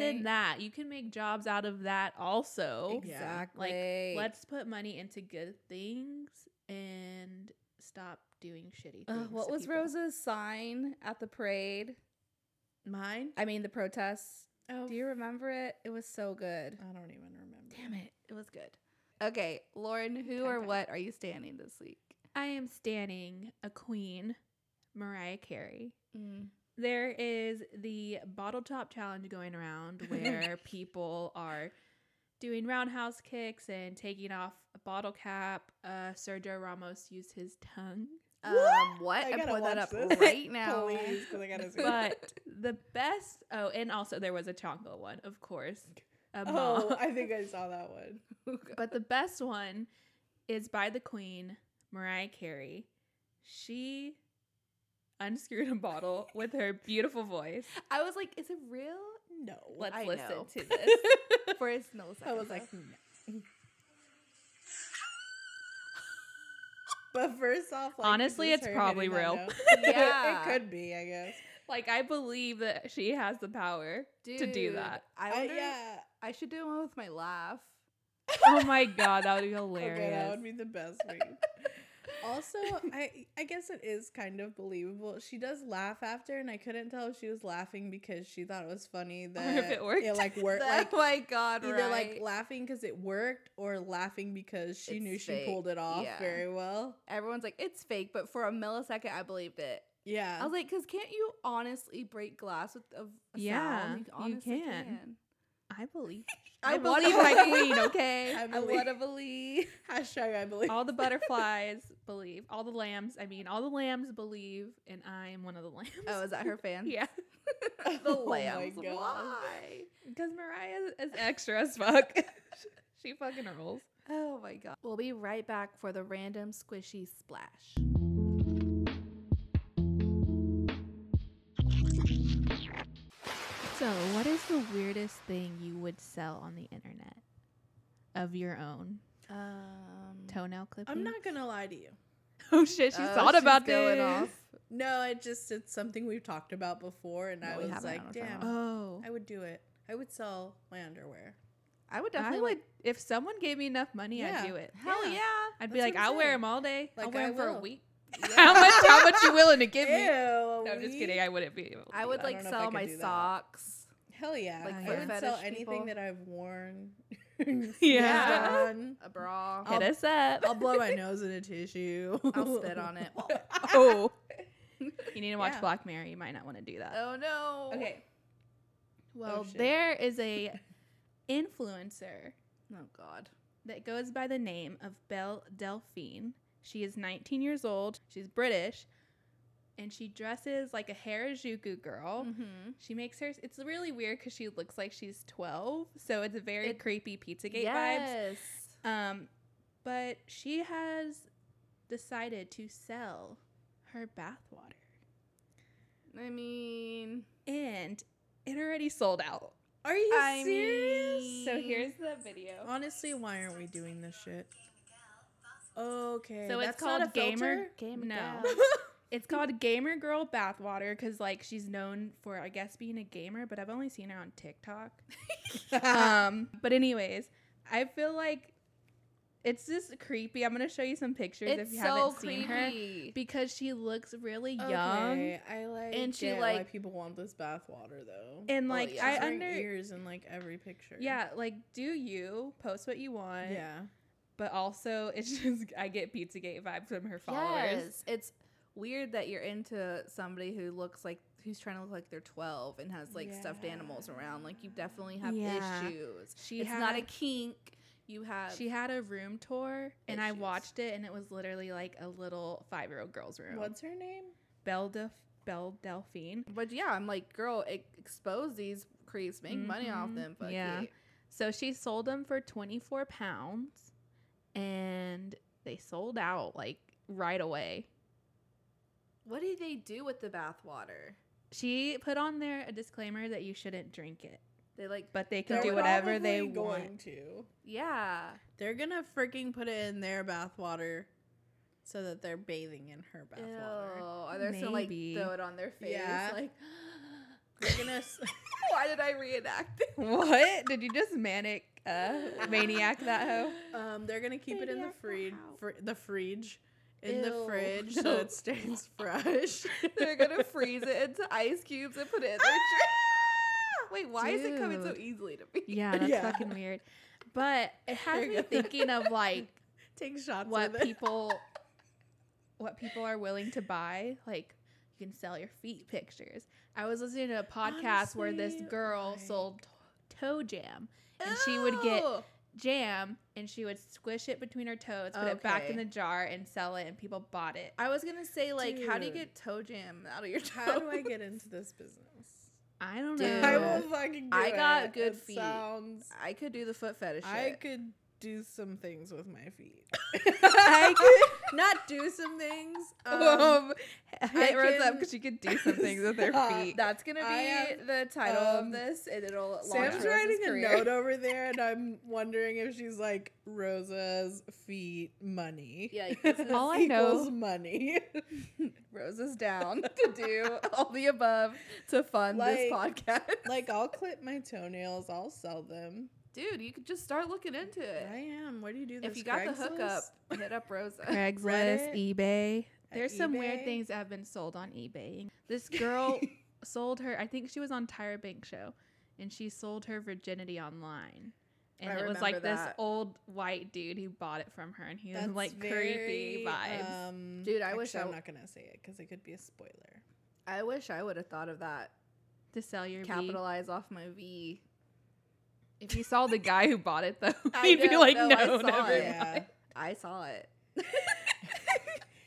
S1: Right.
S2: in that. You can make jobs out of that also.
S1: Exactly.
S2: Let's put money into good things and stop doing shitty
S1: Uh,
S2: things.
S1: what
S2: to
S1: was
S2: people.
S1: Rosa's sign at the parade?
S3: Mine?
S1: I mean, the protests.
S3: Oh,
S1: Do you remember it? It was so good.
S3: I don't even remember.
S1: Oh. Damn it. It was good. Okay, Lauren, who or what are you standing this week?
S2: I am standing a queen, Mariah Carey.
S1: Mm.
S2: There is the bottle top challenge going around where people are doing roundhouse kicks and taking off a bottle cap. Uh, Sergio Ramos usused his tongue.
S1: Um, what?
S3: I
S1: I'm
S3: gotta
S1: pulling that up
S3: watch this.
S1: right now.
S3: Please, because I gotta see.
S2: But the best, oh, and also there was a Chongo one, of course. A
S3: oh,
S2: mom.
S3: I think I saw that one.
S2: but the best one is by the queen, Mariah Carey. She unscrewed a bottle with her beautiful voice.
S1: I was like, is it real?
S3: No.
S2: Let's
S1: I
S2: listen
S1: know.
S2: to this.
S1: For a millisecond.
S3: I was like, "Hmm." no. but first off, like,
S2: Honestly,
S3: is this
S2: it's
S3: her
S2: probably
S3: hitting that
S2: real.
S3: note?
S1: Yeah.
S3: it could be, I guess.
S2: like I believe that she has the power to do that.
S1: I
S3: I,
S1: wonder,
S3: yeah,
S1: I should do one with my laugh. oh my god, that would be hilarious.
S3: Okay, that would be the best way. also, I I guess it is kind of believable. She does laugh after, and I couldn't tell if she was laughing because she thought it was funny that
S1: it worked.
S3: like worked.
S1: oh
S3: like
S1: my god,
S3: either like
S1: right?
S3: laughing because it worked or laughing because she
S1: It's
S3: knew she
S1: fake.
S3: pulled it off
S1: Yeah.
S3: very well.
S1: Everyone's like, it's fake, but for a millisecond, I believed it.
S3: Yeah.
S1: I was like, because can't you honestly break glass with a, a
S2: Yeah,
S1: sound?
S2: you can. I believe.
S1: I,
S2: I wanna
S1: believe my
S2: believe.
S1: queen. Okay,
S3: I
S1: I,
S3: believe.
S1: want to believe.
S3: Hashtag I believe.
S2: All the butterflies believe. All the lambs, I mean, all the lambs believe, and I am one of the lambs.
S1: Oh, is that her fan?
S2: yeah.
S1: the
S3: Oh my
S1: lambs.
S3: God.
S1: Why?
S2: Because Mariah is extra as fuck. she fucking rolls.
S1: Oh my god. We'll be right back for the random squishy splash.
S2: So, what is the weirdest thing you would sell on the internet of your own?
S1: Um,
S2: Toenail clipping?
S3: I'm not gonna lie to you.
S2: Mm. Oh shit, she
S1: oh,
S2: thought about
S1: going
S2: this.
S1: off.
S3: No, it just it's something we've talked about before, and
S1: No,
S3: I
S1: we
S3: was
S1: haven't, I
S3: like,
S1: don't
S3: damn,
S1: know.
S2: Oh,
S3: I would do it. I would sell my underwear.
S1: I would
S2: I
S1: definitely.
S2: would. If someone gave me enough money,
S3: Yeah.
S2: I'd do it.
S1: Hell
S3: Yeah.
S1: yeah.
S2: I'd be
S3: That's
S2: like,
S3: what I'm
S2: I'll wear
S3: saying.
S2: them all day. I'll
S3: Like,
S2: wear
S3: I
S2: them for a
S3: will.
S2: week.
S3: Yeah.
S2: how much? How much you willing to
S3: Ew,
S2: give me? No, I'm just
S3: we-
S2: kidding. I wouldn't be. Able to
S1: I
S2: do
S1: would
S2: that.
S3: I
S1: like
S3: don't know if
S1: sell
S3: I could
S1: my
S3: do that.
S1: socks.
S3: Hell yeah.
S1: Like,
S3: I
S2: foot
S3: would sell
S1: fetish
S3: anything
S1: people.
S3: that I've worn.
S2: Yeah.
S3: Stuck on.
S1: A bra.
S2: Hit us up.
S3: I'll blow my nose in a tissue.
S1: I'll spit on it.
S2: oh. you need to watch
S3: Yeah.
S2: Black Mirror. You might not want to do that.
S1: Oh no.
S3: Okay.
S2: well,
S3: shit.
S2: there is a influencer
S1: Oh god.
S2: that goes by the name of Belle Delphine. She is 19 years old. She's British, and she dresses like a Harajuku girl.
S1: Mm-hmm.
S2: She makes her. It's really weird because she looks like she's 12, so it's a very
S1: It-
S2: creepy PizzaGate
S1: Yes.
S2: vibes. Um, but she has decided to sell her bathwater,
S1: I mean,
S2: and it already sold out.
S3: Are you
S1: I
S3: serious?
S2: So here's the video.
S3: Honestly, why aren't we doing this shit? Okay.
S2: So it's
S3: that's not
S2: called
S3: a
S2: Gamer.
S3: filter?
S1: Gamer
S2: no,
S1: Gal.
S2: it's called Gamer Girl Bathwater because like she's known for I guess being a gamer, but I've only seen her on TikTok. um, but anyways, I feel like it's just creepy. I'm gonna show you some pictures
S1: it's
S2: if you
S1: so
S2: haven't
S1: creepy.
S2: seen her because she looks really young
S3: Okay, I like.
S1: And she,
S3: get why
S1: like-
S3: people want this bathwater though.
S2: and
S1: Well,
S2: like
S1: yeah.
S2: I
S3: She's wearing
S2: under
S3: ears in like every picture.
S2: yeah like do you post what you want
S3: Yeah.
S2: but also it's just I get PizzaGate vibes from her followers.
S1: Yes, it's weird that you're into somebody who looks like who's trying to look like they're 12 and has like stuffed animals around. Like you definitely have
S2: Yeah.
S1: issues.
S2: She
S1: it's not a
S2: had-
S1: kink. You have
S2: She had a room tour and I
S1: Issues.
S2: watched it and it was literally like a little five year old girl's room.
S3: What's her name?
S2: Belle, Def- Belle Delphine.
S1: But yeah, I'm like, girl, e- expose these creeps, make money off
S2: Mhm.
S1: them. Fuck
S2: Yeah.
S1: yeah.
S2: So she sold them for 24 pounds and they sold out like right away.
S1: What do they do with the bathwater?
S2: She put on there a disclaimer that you shouldn't drink it,
S1: They like,
S2: but they can
S3: They're
S2: do whatever they
S3: probably going
S2: want.
S3: to.
S1: yeah.
S3: They're gonna freaking put it in their bathwater, so that they're bathing in her
S1: Ew.
S3: bathwater.
S1: Are they gonna like
S2: Maybe.
S1: throw it on their face?
S3: Yeah.
S1: Like,
S3: They're gonna. s-
S1: why did I reenact it?
S2: What? Did you just manic uh, maniac that hoe?
S3: um, they're gonna keep it in the fridge. Fr- the fridge. In the
S1: Ew.
S3: fridge, so
S1: No.
S3: it stays fresh.
S1: They're gonna freeze it into ice cubes and put it in their drink. Wait, why is it coming so
S2: Dude.
S1: easily to me?
S2: Yeah, that's
S3: Yeah.
S2: fucking weird. But it has
S3: There
S2: me
S3: you go.
S2: thinking of like
S3: Take shots.
S2: what
S3: with it.
S2: people what people are willing to buy like you can sell your feet pictures i was listening to a podcast where this
S3: Honestly,
S2: girl
S3: like-
S2: sold to- toe jam and she would get
S1: Ew.
S2: jam and she would squish it between her toes put it back in
S1: Okay.
S2: the jar and sell it and people bought it
S1: I was gonna say, like, how do you
S3: Dude.
S1: get toe jam out of your toe?
S3: How do I get into this business?
S2: i don't
S1: Dude.
S3: I
S2: know
S3: will fucking. Do
S1: I got
S3: it.
S1: good
S3: It
S1: feet.
S3: Sounds.
S1: I could do the foot fetish.
S3: I
S1: shit.
S3: could do some things with my feet.
S2: I could-
S3: not do some things. Um,
S2: um, it runs up
S3: can-
S2: because you could do some things with their
S3: Stop.
S2: feet
S1: That's gonna be
S3: I have,
S1: the title
S3: um,
S1: of this, and it'll launch
S3: Sam's
S1: Rose's
S3: writing a
S1: career.
S3: note over there, and I'm wondering if she's like Rosa's feet money.
S1: Yeah, like, this is-
S2: All I
S3: equals
S2: know-
S3: money.
S1: Rose is down to do all the above to fund this
S3: Like-
S1: podcast.
S3: like I'll clip my toenails, I'll sell them.
S1: dude, you could just start looking into it.
S3: I am. What do you do?
S1: If
S3: this
S1: you got the
S3: Craigslist?
S1: hookup, hit up Rosa.
S2: Craigslist, eBay.
S1: uh,
S3: At
S2: There's some
S3: eBay?
S2: weird things that have been sold on eBay. This girl sold her, I think she was on Tyra Bank show, and she sold her virginity online. And
S1: I
S2: it was like
S1: remember
S2: this
S1: that.
S2: old white dude who bought it from her, and he was
S3: That's
S2: like
S3: very,
S2: creepy vibes.
S1: uh,
S3: Um,
S1: Dude, I wish
S3: actually,
S1: I
S3: I'm
S1: w-
S3: not gonna say it because it could be a spoiler.
S1: I wish I would have thought of that.
S2: to sell your capital.
S1: Capitalize off my V.
S2: If you saw the guy who bought it though,
S1: I
S2: he'd be
S1: know,
S2: like,
S1: no, I
S2: "No,
S1: saw
S2: never."
S1: it.
S2: mind."
S3: Yeah,
S1: I saw it.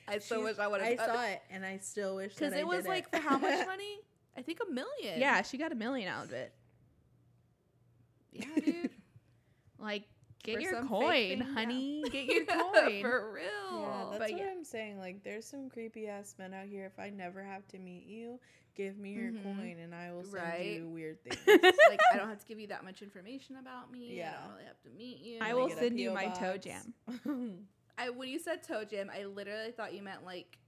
S1: I so
S3: She's-
S1: wish I would
S3: I
S1: have.
S3: saw it and I still wish
S1: because
S3: that I
S1: it was
S3: did
S1: like for how much money? I think a million.
S2: Yeah, she got a million out of it.
S1: yeah, dude.
S2: Like, get
S1: For
S2: your
S1: some fake
S2: coin,
S1: thing, yeah.
S2: honey. Get your coin.
S1: for
S3: Yeah,
S1: real.
S3: that's
S1: Oh, but
S3: what
S1: yeah,
S3: I'm saying. Like, there's some creepy ass men out here. If I never have to meet you, give me your
S1: Mhm.
S3: coin and I will send
S1: Right.
S3: you weird things.
S1: like I don't have to give you that much information about me. Yeah, I
S3: Yeah.
S1: don't really have to meet you.
S2: I
S1: Like,
S2: will
S1: it-
S3: get a
S2: send you
S3: PO
S2: my toe
S3: box.
S2: jam.
S1: I when you said toe jam, I literally thought you meant like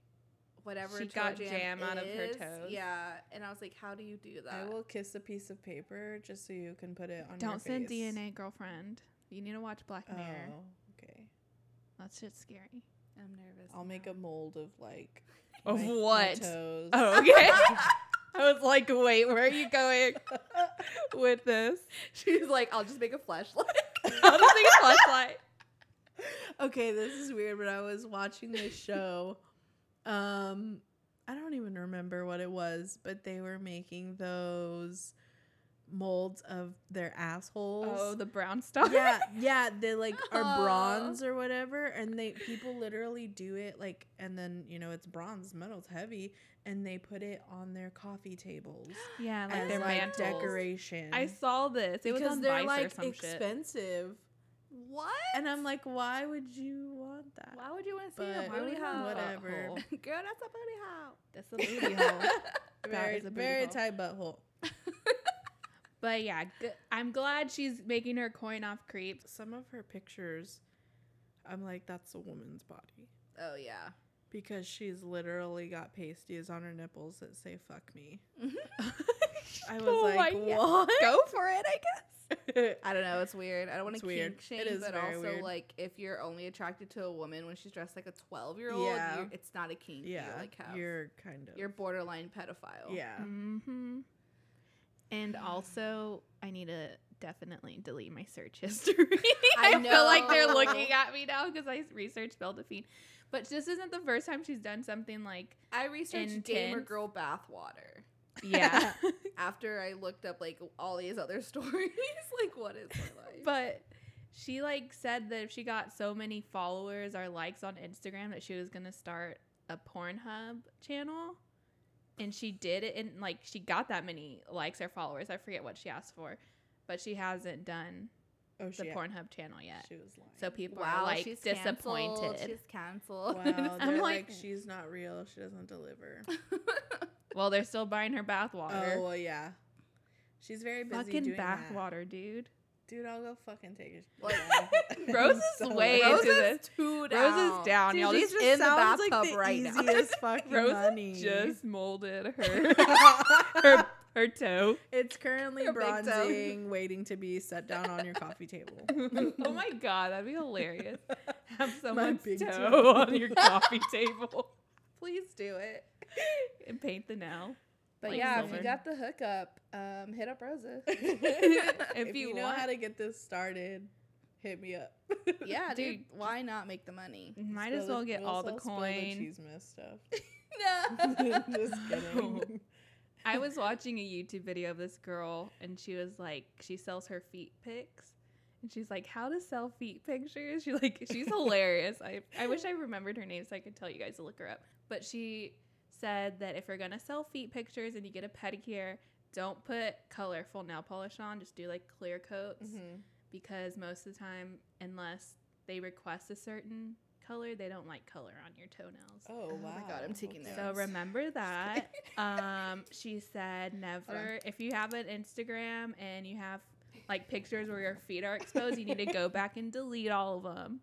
S1: whatever
S2: She
S1: toe
S2: got
S1: jam,
S2: jam out of her
S1: is.
S2: toes.
S1: Yeah, and I was like, how do you do that?
S3: I will kiss a piece of paper just so you can put it on. your
S2: Don't send
S3: face.
S2: DNA, girlfriend. You need to watch Black
S3: Oh,
S2: Mirror.
S3: okay.
S2: That's just scary.
S1: I'm nervous.
S3: I'll make
S1: now.
S3: a mold of like
S2: Of
S3: my- my
S2: what?
S3: toes.
S2: Oh, okay. I was like, wait, where are you going
S1: Oh.
S2: with this?
S1: She's like, I'll just make a flashlight.
S2: I'll just take a flashlight.
S3: okay, this is weird, but I was watching this show. Um, I don't even remember what it was, but they were making those molds of their assholes.
S2: Oh, the brown stuff.
S3: yeah, yeah, they like are
S1: Aw.
S3: bronze or whatever, and they people literally do it like, and then you know it's bronze, metal's heavy, and they put it on their coffee tables
S2: Yeah, like
S3: as
S2: their
S3: like
S2: mantles.
S3: decoration.
S2: I saw this. It was
S3: because
S2: on
S3: they're
S2: Vice
S3: like
S2: or some shit.
S3: expensive,
S1: what?
S3: and I'm like, why would you want that?
S1: why would you want to see a
S3: But
S1: booty hole?
S3: whatever.
S1: Girl, that's a booty hole.
S2: That's a booty hole.
S3: very,
S2: is a booty
S3: very
S2: hole.
S3: tight butthole.
S2: But yeah, g- I'm glad she's making her coin off creeps.
S3: Some of her pictures, I'm like, that's a woman's body
S1: Oh yeah.
S3: because she's literally got pasties on her nipples that say "fuck me." I was
S2: Mm-hmm. Oh
S3: like,
S2: my God.
S3: what?
S1: Go for it, I guess. I don't know. It's weird. I don't want
S3: It's
S1: to
S3: weird.
S1: kink shame,
S3: It is
S1: but
S3: very
S1: also
S3: weird.
S1: like if you're only attracted to a woman when she's dressed like a 12 year old,
S3: Yeah.
S1: it's not a kink.
S3: yeah,
S1: you like have. You're
S3: you're kind of.
S1: borderline pedophile.
S3: Yeah.
S2: Mm-hmm. And also, I need to definitely delete my search history. I,
S1: I
S2: feel like they're
S1: know.
S2: looking at me now because I researched Beldaphine. But this isn't the first time she's done something like,
S1: I researched gamer
S2: Intense.
S1: girl bathwater
S2: Mm, yeah.
S1: after I looked up like all these other stories. like, what is my life?
S2: but she like said that if she got so many followers or likes on Instagram that she was gonna start a Pornhub channel, and she did it, and like she got that many likes or followers. I forget what she asked for, but she hasn't done
S3: Oh,
S2: the
S3: she,
S2: Pornhub channel yet.
S3: she was lying.
S2: So people
S1: wow,
S2: are like
S1: she's
S2: disappointed.
S1: Canceled. She's canceled.
S3: Wow,
S2: I'm
S3: they're like,
S2: like-
S3: she's not real. She doesn't deliver.
S2: Well, they're still buying her bathwater.
S3: oh well, yeah. She's very busy
S2: Fucking
S3: doing that.
S2: bathwater, dude.
S3: Dude, I'll go fucking take a
S1: Like-
S3: bath.
S2: Rose is
S3: So-
S2: way
S1: Rose
S2: into
S1: is
S2: this.
S1: too down.
S2: Rose is down,
S3: Dude,
S2: y'all.
S3: this
S2: Just
S3: just
S1: in the
S3: sounds
S1: bathtub right now.
S3: easiest fucking
S2: Rose
S3: money.
S2: just molded her her her toe.
S3: it's currently
S1: Her big toe.
S3: bronzing, waiting to be set down on your coffee table.
S2: oh my god, that'd be hilarious. Have someone's toe,
S3: big toe.
S2: on your coffee table
S1: Please do it.
S2: and paint the nail.
S1: But
S2: Like
S1: yeah, if
S2: silver.
S1: you got the hookup, um, hit up Rosa.
S2: If,
S3: if, you,
S2: you,
S3: know
S2: want,
S3: how to get this started, hit me up.
S1: yeah, dude,
S2: Dude.
S1: why not make the money?
S2: might
S3: Spill
S2: as
S3: the-
S2: well get
S3: we'll
S2: all the
S3: all spill
S2: coin.
S3: cheese mess stuff.
S1: No.
S3: Just kidding.
S2: I was watching a YouTube video of this girl, and she was like, she sells her feet pics, and she's like, how to sell feet pictures. She like, she's hilarious. I I wish I remembered her name so I could tell you guys to look her up. But she said that if you're gonna sell feet pictures and you get a pedicure, don't put colorful nail polish on. Just do like clear coats
S3: Mhm.
S2: because most of the time, unless they request a certain color, they don't like color on your toenails.
S3: Oh,
S1: Oh
S3: wow.
S1: my God, I'm taking
S3: Okay.
S2: So
S1: notes.
S2: remember that. um, she said never. If you have an Instagram and you have like pictures where your feet are exposed, you need to go back and delete all of them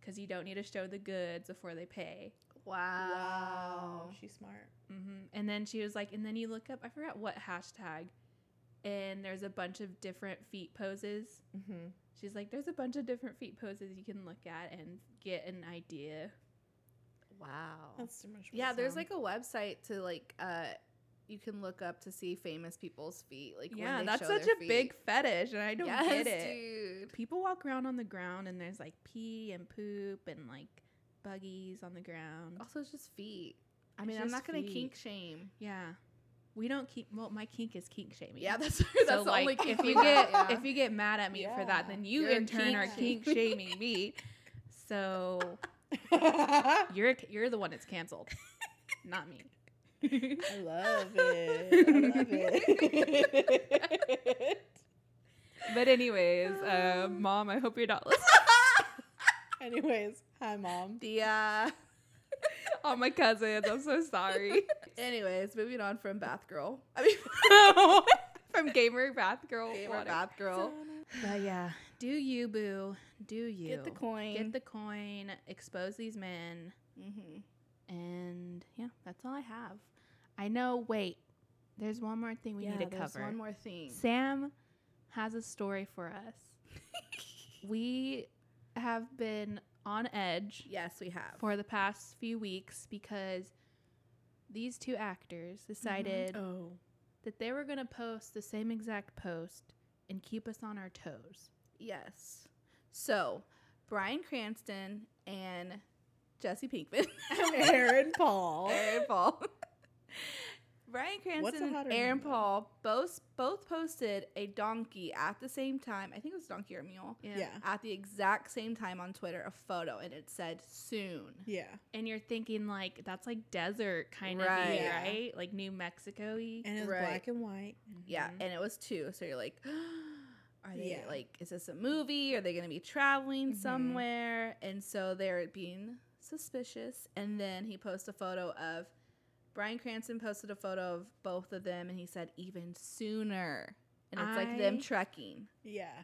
S2: because you don't need to show the goods before they pay.
S1: Wow.
S3: Wow, she's smart.
S2: Mm-hmm. hmm And then she was like, and then you look up. I forgot what hashtag and there's a bunch of different feet poses.
S3: Mm-hmm.
S2: She's like, there's a bunch of different feet poses you can look at and get an idea.
S1: Wow.
S3: That's too much.
S1: yeah, there's
S3: sound.
S1: like a website to like uh you can look up to see famous people's feet. Like when
S2: yeah,
S1: they
S2: that's
S1: show
S2: such
S1: their
S2: a
S1: feet.
S2: big fetish, and I don't
S1: yes,
S2: get it.
S1: dude.
S2: People walk around on the ground, and there's like pee and poop and like buggies on the ground.
S1: Also, it's just feet. I
S2: It's
S1: mean, I'm
S2: just
S1: not gonna
S2: feet.
S1: kink shame.
S2: Yeah, we don't keep. Well, my kink is kink shaming.
S1: Yeah, that's that's
S2: so
S1: the
S2: like,
S1: only kink
S2: if
S1: we
S2: you
S1: got,
S2: get
S1: yeah.
S2: if you get mad at me for that,
S3: Yeah.
S2: then you
S1: You're
S2: in turn
S1: kink
S2: are
S1: shaming.
S2: kink shaming me. So you're you're the one that's canceled, not me.
S3: I love it. I love it.
S2: But anyways, uh, mom, I hope you're not listening.
S3: Anyways, hi mom.
S1: the uh,
S2: All my cousins, I'm so sorry.
S1: anyways, moving on from Bath Girl. I mean,
S2: From gamer bath girl,
S1: gamer
S2: wanna-
S1: Bath Girl.
S2: But yeah, do you boo? Do you
S1: Get the coin.
S2: Get the coin. Expose these men.
S1: mm-hmm.
S2: And yeah, that's all I have. I know. Wait, there's one more thing we need to cover.
S1: One more thing.
S2: Sam has a story for us. we have been on edge
S1: Yes, we have.
S2: for the past few weeks because these two actors
S1: Mm-hmm.
S2: decided
S3: Oh.
S2: that they were going to post the same exact post and keep us on our toes.
S1: Yes. So, Brian Cranston and Jesse Pinkman.
S3: Aaron Paul.
S1: Aaron Paul. Brian Cranston and
S3: hotter
S1: Aaron
S3: name, though?
S1: Paul both both posted a donkey at the same time. I think it was donkey or mule.
S3: Yeah.
S1: At the exact same time on Twitter, a photo, and it said soon.
S3: Yeah.
S2: And you're thinking like that's like desert kind of
S1: Right.
S3: Yeah.
S2: right? Like New Mexico y.
S3: And it's
S1: Right.
S3: black and white. Mm-hmm.
S1: Yeah, and it was two. So you're like, are they
S3: Yeah.
S1: like, is this a movie? Are they going to be traveling
S3: Mhm.
S1: somewhere? And so they're being suspicious. And then he posts a photo of Brian Cranston posted a photo of both of them, and he said even sooner. And it's like them
S2: I-
S1: trekking.
S3: Yeah.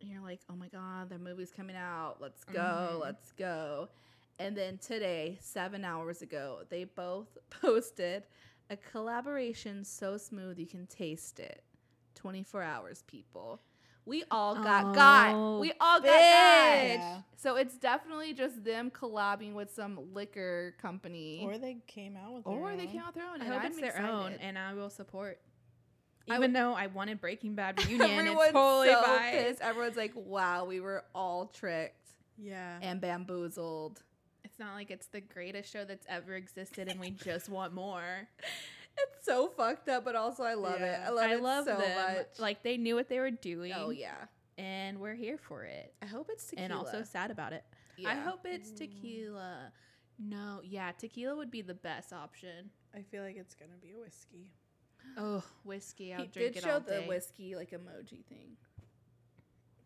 S1: And you're like, oh my god, the movie's coming out. Let's go,
S2: Mhm.
S1: let's go. And then today, seven hours ago, they both posted a collaboration so smooth you can taste it. 24 hours, people. We all got got.
S2: Oh,
S1: We all got got.
S3: bitch.
S1: So it's definitely just them collabing with some liquor company.
S3: Or they came out with their
S1: Or they
S3: own.
S1: came out their own. and
S2: I hope
S1: I'm
S2: it's their own,
S1: excited.
S2: and I will support.
S1: I
S2: Even
S1: would-
S2: though I wanted Breaking Bad reunion,
S1: Everyone's
S2: it's totally
S1: so
S2: fine.
S1: pissed. Everyone's like, wow, we were all tricked
S3: Yeah.
S1: and bamboozled.
S2: It's not like it's the greatest show that's ever existed, and we just want more.
S1: It's so fucked up, but also I love it.
S3: Yeah.
S1: I love
S2: I
S1: it
S2: love
S1: so
S2: them.
S1: much.
S2: Like they knew what they were doing.
S1: oh yeah,
S2: and we're here for it,
S1: I hope it's tequila.
S2: and also sad about it. I
S1: Yeah.
S2: hope it's
S3: Ooh.
S2: tequila. No, yeah, tequila would be the best option.
S3: I feel like it's gonna be a whiskey.
S2: Oh, whiskey. I'll
S1: he
S2: drink
S1: did
S2: it
S1: show
S2: all
S1: the
S2: day.
S1: whiskey like emoji thing,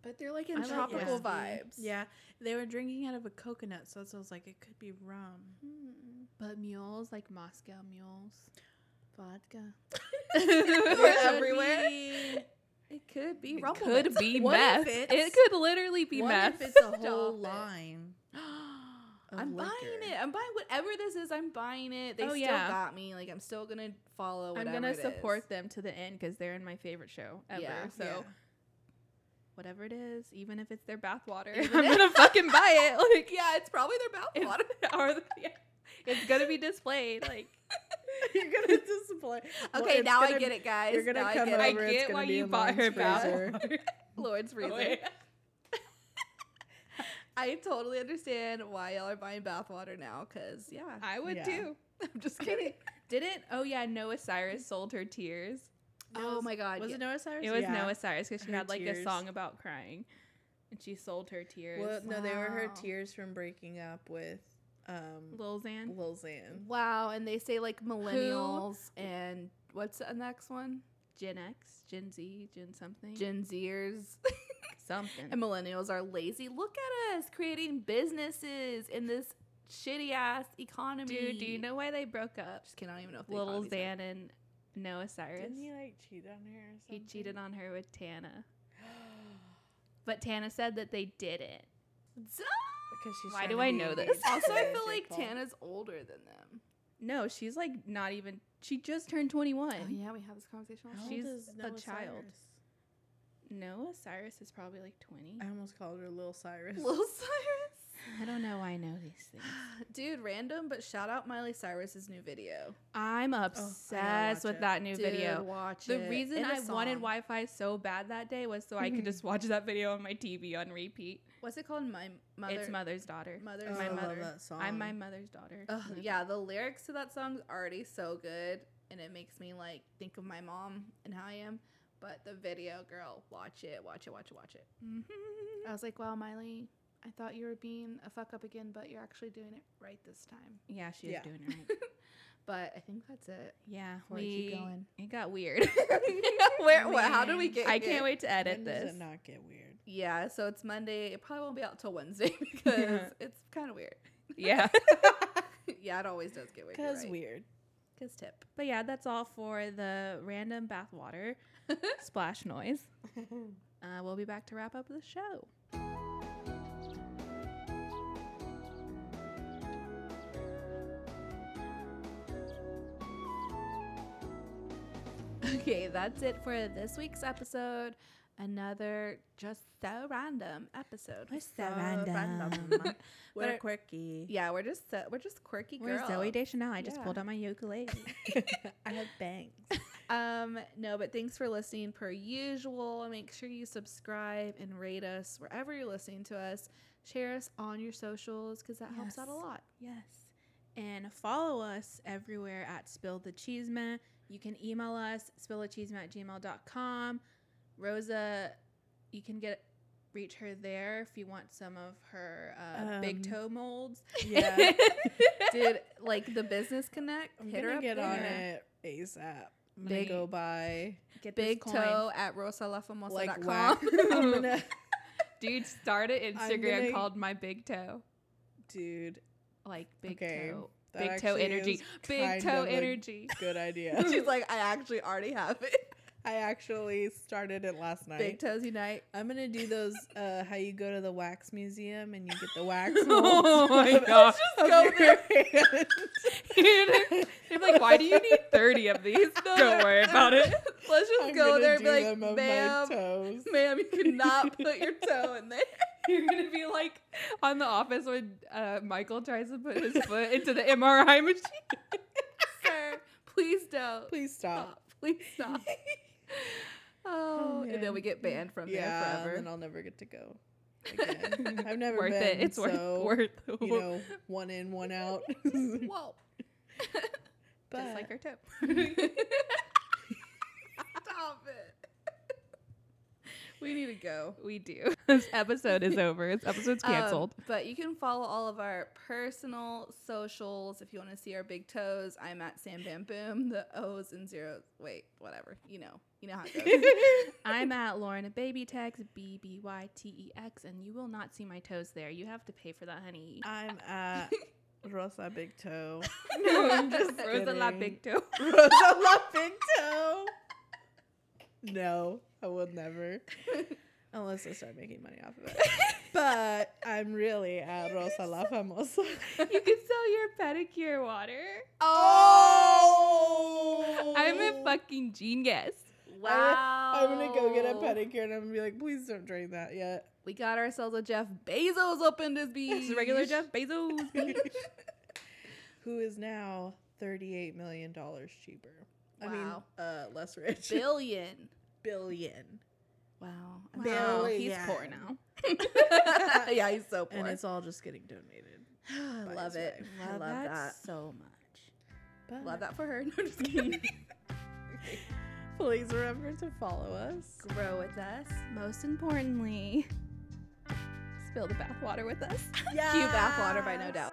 S1: but they're like
S2: I
S1: in
S2: like
S1: tropical
S2: whiskey.
S1: vibes.
S3: Yeah. They were drinking out of a coconut, so that's what I was like, it could be rum.
S2: but mules, like Moscow mules, vodka.
S1: we're everywhere. It could be.
S3: Hmm. It
S1: Rumble
S2: Could
S1: Nuts.
S2: be
S3: What if
S2: meth.
S3: it's-
S2: It could literally be
S3: what
S2: meth.
S3: if it's a
S1: Stop
S3: whole
S1: it.
S3: line? of
S1: I'm
S3: liquor?
S1: buying it. I'm buying whatever this is. I'm buying it. They
S2: Oh,
S1: still
S2: yeah.
S1: got me. Like I'm still gonna follow.
S2: I'm
S1: Whatever
S2: gonna
S1: it is.
S2: support them to the end because they're in my favorite show ever.
S1: Yeah.
S2: so
S3: Yeah.
S2: whatever it is, even if it's their bathwater,
S1: Even
S2: I'm
S1: if-
S2: gonna fucking buy it. Like
S1: Yeah, it's probably their
S2: it's,
S1: mouthwater.
S2: or the- yeah, it's gonna be displayed. Like
S3: You're gonna display. Well,
S1: Okay,
S3: it's
S1: now I
S3: gonna-
S1: get it, guys.
S3: you're gonna
S1: Now
S3: come
S1: I get
S2: I
S1: it.
S3: over, it's
S2: get
S3: gonna
S2: why
S3: be
S2: you
S3: in
S2: bought her
S3: Lauren's freezer.
S2: bathwater.
S1: Lord's freezer.
S2: Wait.
S1: I totally understand why y'all are buying bathwater now, cause yeah,
S2: I would
S3: Yeah.
S2: too.
S1: I'm just kidding.
S2: Didn't oh yeah, Noah Cyrus sold her tears.
S1: oh my god,
S3: Was
S1: yeah.
S3: it Noah Cyrus?
S2: It was
S3: Yeah.
S2: Noah Cyrus because she
S3: Her
S2: had like a
S3: tears.
S2: song about crying, and she sold her tears.
S3: Well, no, they were her
S1: Wow.
S3: tears from breaking up with um,
S2: Lil Xan.
S3: Lil Xan.
S1: wow? And they say like millennials and what's the next one?
S2: Gen X, Gen Z, Gen something,
S1: Gen Zers
S2: something.
S1: and millennials are lazy. Look at us creating businesses in this shitty ass economy. Uh,
S2: Dude, do you know why they broke up?
S1: Just kidding. I don't even know if the
S2: Little
S1: economy's
S2: Xan and Noah Cyrus.
S3: Didn't he like cheat on her? Or
S2: He
S3: something?
S2: cheated on her with Tana, but Tana said that they didn't.
S1: done.
S3: because she's.
S2: Why
S3: trying
S2: do
S3: to
S2: I
S3: be
S2: know this?
S3: engaged
S1: also, I
S3: to
S1: feel
S3: Jake
S1: like
S3: Paul.
S1: Tana's older than them.
S2: No, she's like not even. She just turned 21.
S7: Oh, yeah, we have this conversation.
S3: How
S7: last
S3: old
S7: year.
S2: She's
S3: is
S2: a
S3: Noah
S2: child.
S3: Cyrus?
S2: Noah Cyrus is probably like 20.
S3: I almost called her Lil Cyrus.
S7: Lil Cyrus.
S2: I don't know why I know these things.
S1: Dude, random, but shout out Miley Cyrus's new video.
S2: I'm
S3: watch
S2: obsessed with
S3: it.
S2: that new
S1: Dude,
S2: video.
S1: watch
S2: The
S1: it.
S2: reason
S1: And the
S2: I wanted
S1: song.
S2: Wi Fi so bad that day was so I could just watch that video on my TV on repeat.
S1: What's it called? My mother.
S2: It's Mother's Daughter.
S1: Mother's
S3: Oh,
S2: my
S3: I love
S2: mother.
S3: that song.
S2: I'm my mother's daughter.
S1: Ugh, yeah, the lyrics to that song's already so good, and it makes me like think of my mom and how I am. But the video, girl, watch it, watch it, watch it, watch it.
S2: Mm-hmm.
S7: I was like, wow, Miley, I thought you were being a fuck up again, but you're actually doing it right this time.
S2: Yeah, she
S3: Yeah.
S2: is doing it right.
S1: But I think that's it.
S2: Yeah,
S1: Before we keep
S2: we-
S1: going.
S2: It got weird.
S1: Where? What, how do we
S3: Man.
S1: get?
S2: I
S1: here?
S2: can't wait to edit
S3: When
S2: this.
S3: Does it not get weird?
S1: Yeah, so it's Monday. It probably won't be out till Wednesday because it's kind of weird.
S2: yeah.
S1: yeah, it always does get weird.
S3: Cause
S1: Because right.
S3: weird.
S1: Cause tip.
S2: But yeah, that's all for the random bathwater splash noise. Uh, we'll be back to wrap up the show.
S1: Okay, that's it for this week's episode. Another just so random episode.
S2: We're so random.
S1: Uh, We're But-
S3: quirky.
S1: Yeah, we're just so, we're just quirky
S2: We're
S1: girls.
S2: Zoe Deschanel. I just
S1: Yeah.
S2: pulled out my ukulele.
S3: I have bangs.
S1: Um, no, but thanks for listening per usual. Make sure you subscribe and rate us wherever you're listening to us. Share us on your socials because that helps out a
S2: Yes.
S1: lot.
S2: yes. And follow us everywhere at Spill the Cheesema. You can email us, spillthecheesema at gmail.com. Rosa, you can get reach her there if you want some of her uh,
S3: Um,
S2: big toe molds.
S3: Yeah.
S1: Dude, like the business connect,
S3: I'm
S1: hit her
S3: gonna
S1: up
S3: get on
S1: there.
S3: it ASAP. I'm gonna
S1: Big-
S3: go by
S2: Get this
S1: Big
S2: coin.
S1: toe at rosalafamosa.com.
S3: like whack. I'm gonna,
S2: Dude started
S3: I'm Instagram gonna- called
S2: my big toe.
S3: dude.
S2: Like
S3: big Okay, toe- that
S2: Big toe
S3: actually
S2: energy.
S3: is
S2: Big
S3: kind
S2: toe
S3: of a
S2: energy.
S3: Good idea.
S1: She's like, I actually already have it.
S3: I actually started it last night.
S1: Big toes unite.
S3: I'm gonna do those uh how you go to the wax museum and you get the wax.
S2: Oh
S3: molds
S2: my
S3: of-
S2: gosh.
S3: of
S2: Go
S3: your hand.
S2: I'm like, why do you need 30 of these? Don't worry about it.
S1: Let's just
S3: I'm
S1: go
S3: gonna
S1: there
S3: do
S1: and be
S3: them
S1: like,
S3: of
S1: ma'am,
S3: my toes.
S1: ma'am, you cannot put your toe in there.
S2: You're going to be like on The Office when uh, Michael tries to put his foot into the MRI machine.
S1: Sir, please don't.
S3: Please stop.
S1: stop. Please stop. oh, and
S3: man.
S1: then we get banned from
S3: yeah,
S1: there
S3: and
S1: forever.
S3: I'll never get to go. Again. I've never
S2: worth
S3: been.
S2: it. It's
S3: so,
S2: worth worth
S3: You know, one in, one out. but
S1: Whoa.
S2: Just like her toe.
S1: Stop it. we need to go.
S2: We do. This episode is over. This episode's
S1: Um,
S2: canceled.
S1: but you can follow all of our personal socials if you want to see our big toes. I'm at Sam Bam Boom. The O's and zeros. Wait, whatever. You know. You know how it goes.
S2: I'm at Lauren Baby Tex, B B Y T E X, and you will not see my toes there. You have to pay for that, honey.
S3: I'm at Rosa Big Toe.
S2: no, I'm just
S3: Rosa La Big
S2: Toe.
S3: Rosa La Big Toe. No, I will never. Unless I start making money off of it. But I'm really at Rosa La Famosa.
S2: You can sell your pedicure water.
S3: Oh!
S2: I'm a fucking genius.
S1: wow.
S3: I'm gonna go get a
S2: Oh.
S3: pedicure and I'm gonna be like, please don't drink that yet.
S1: We got ourselves a Jeff Bezos up in this
S2: This
S1: beach.
S2: is regular Jeff Bezos.
S3: Who is now $38 million cheaper. I mean,
S1: Wow.
S3: uh, less rich.
S1: Billion.
S3: billion.
S1: Wow.
S2: Oh,
S3: Billy,
S2: he's
S3: yeah.
S2: poor now.
S1: yeah, he's so poor.
S3: And it's all just getting donated.
S1: I
S3: by
S1: love
S3: his
S1: it.
S3: wife.
S1: I love that.
S2: so much.
S3: But
S1: Love that for her. No, I'm just kidding.
S3: Please remember to follow us.
S1: Grow with us.
S2: Most importantly, spill the bathwater with us.
S1: Cue bathwater by No Doubt.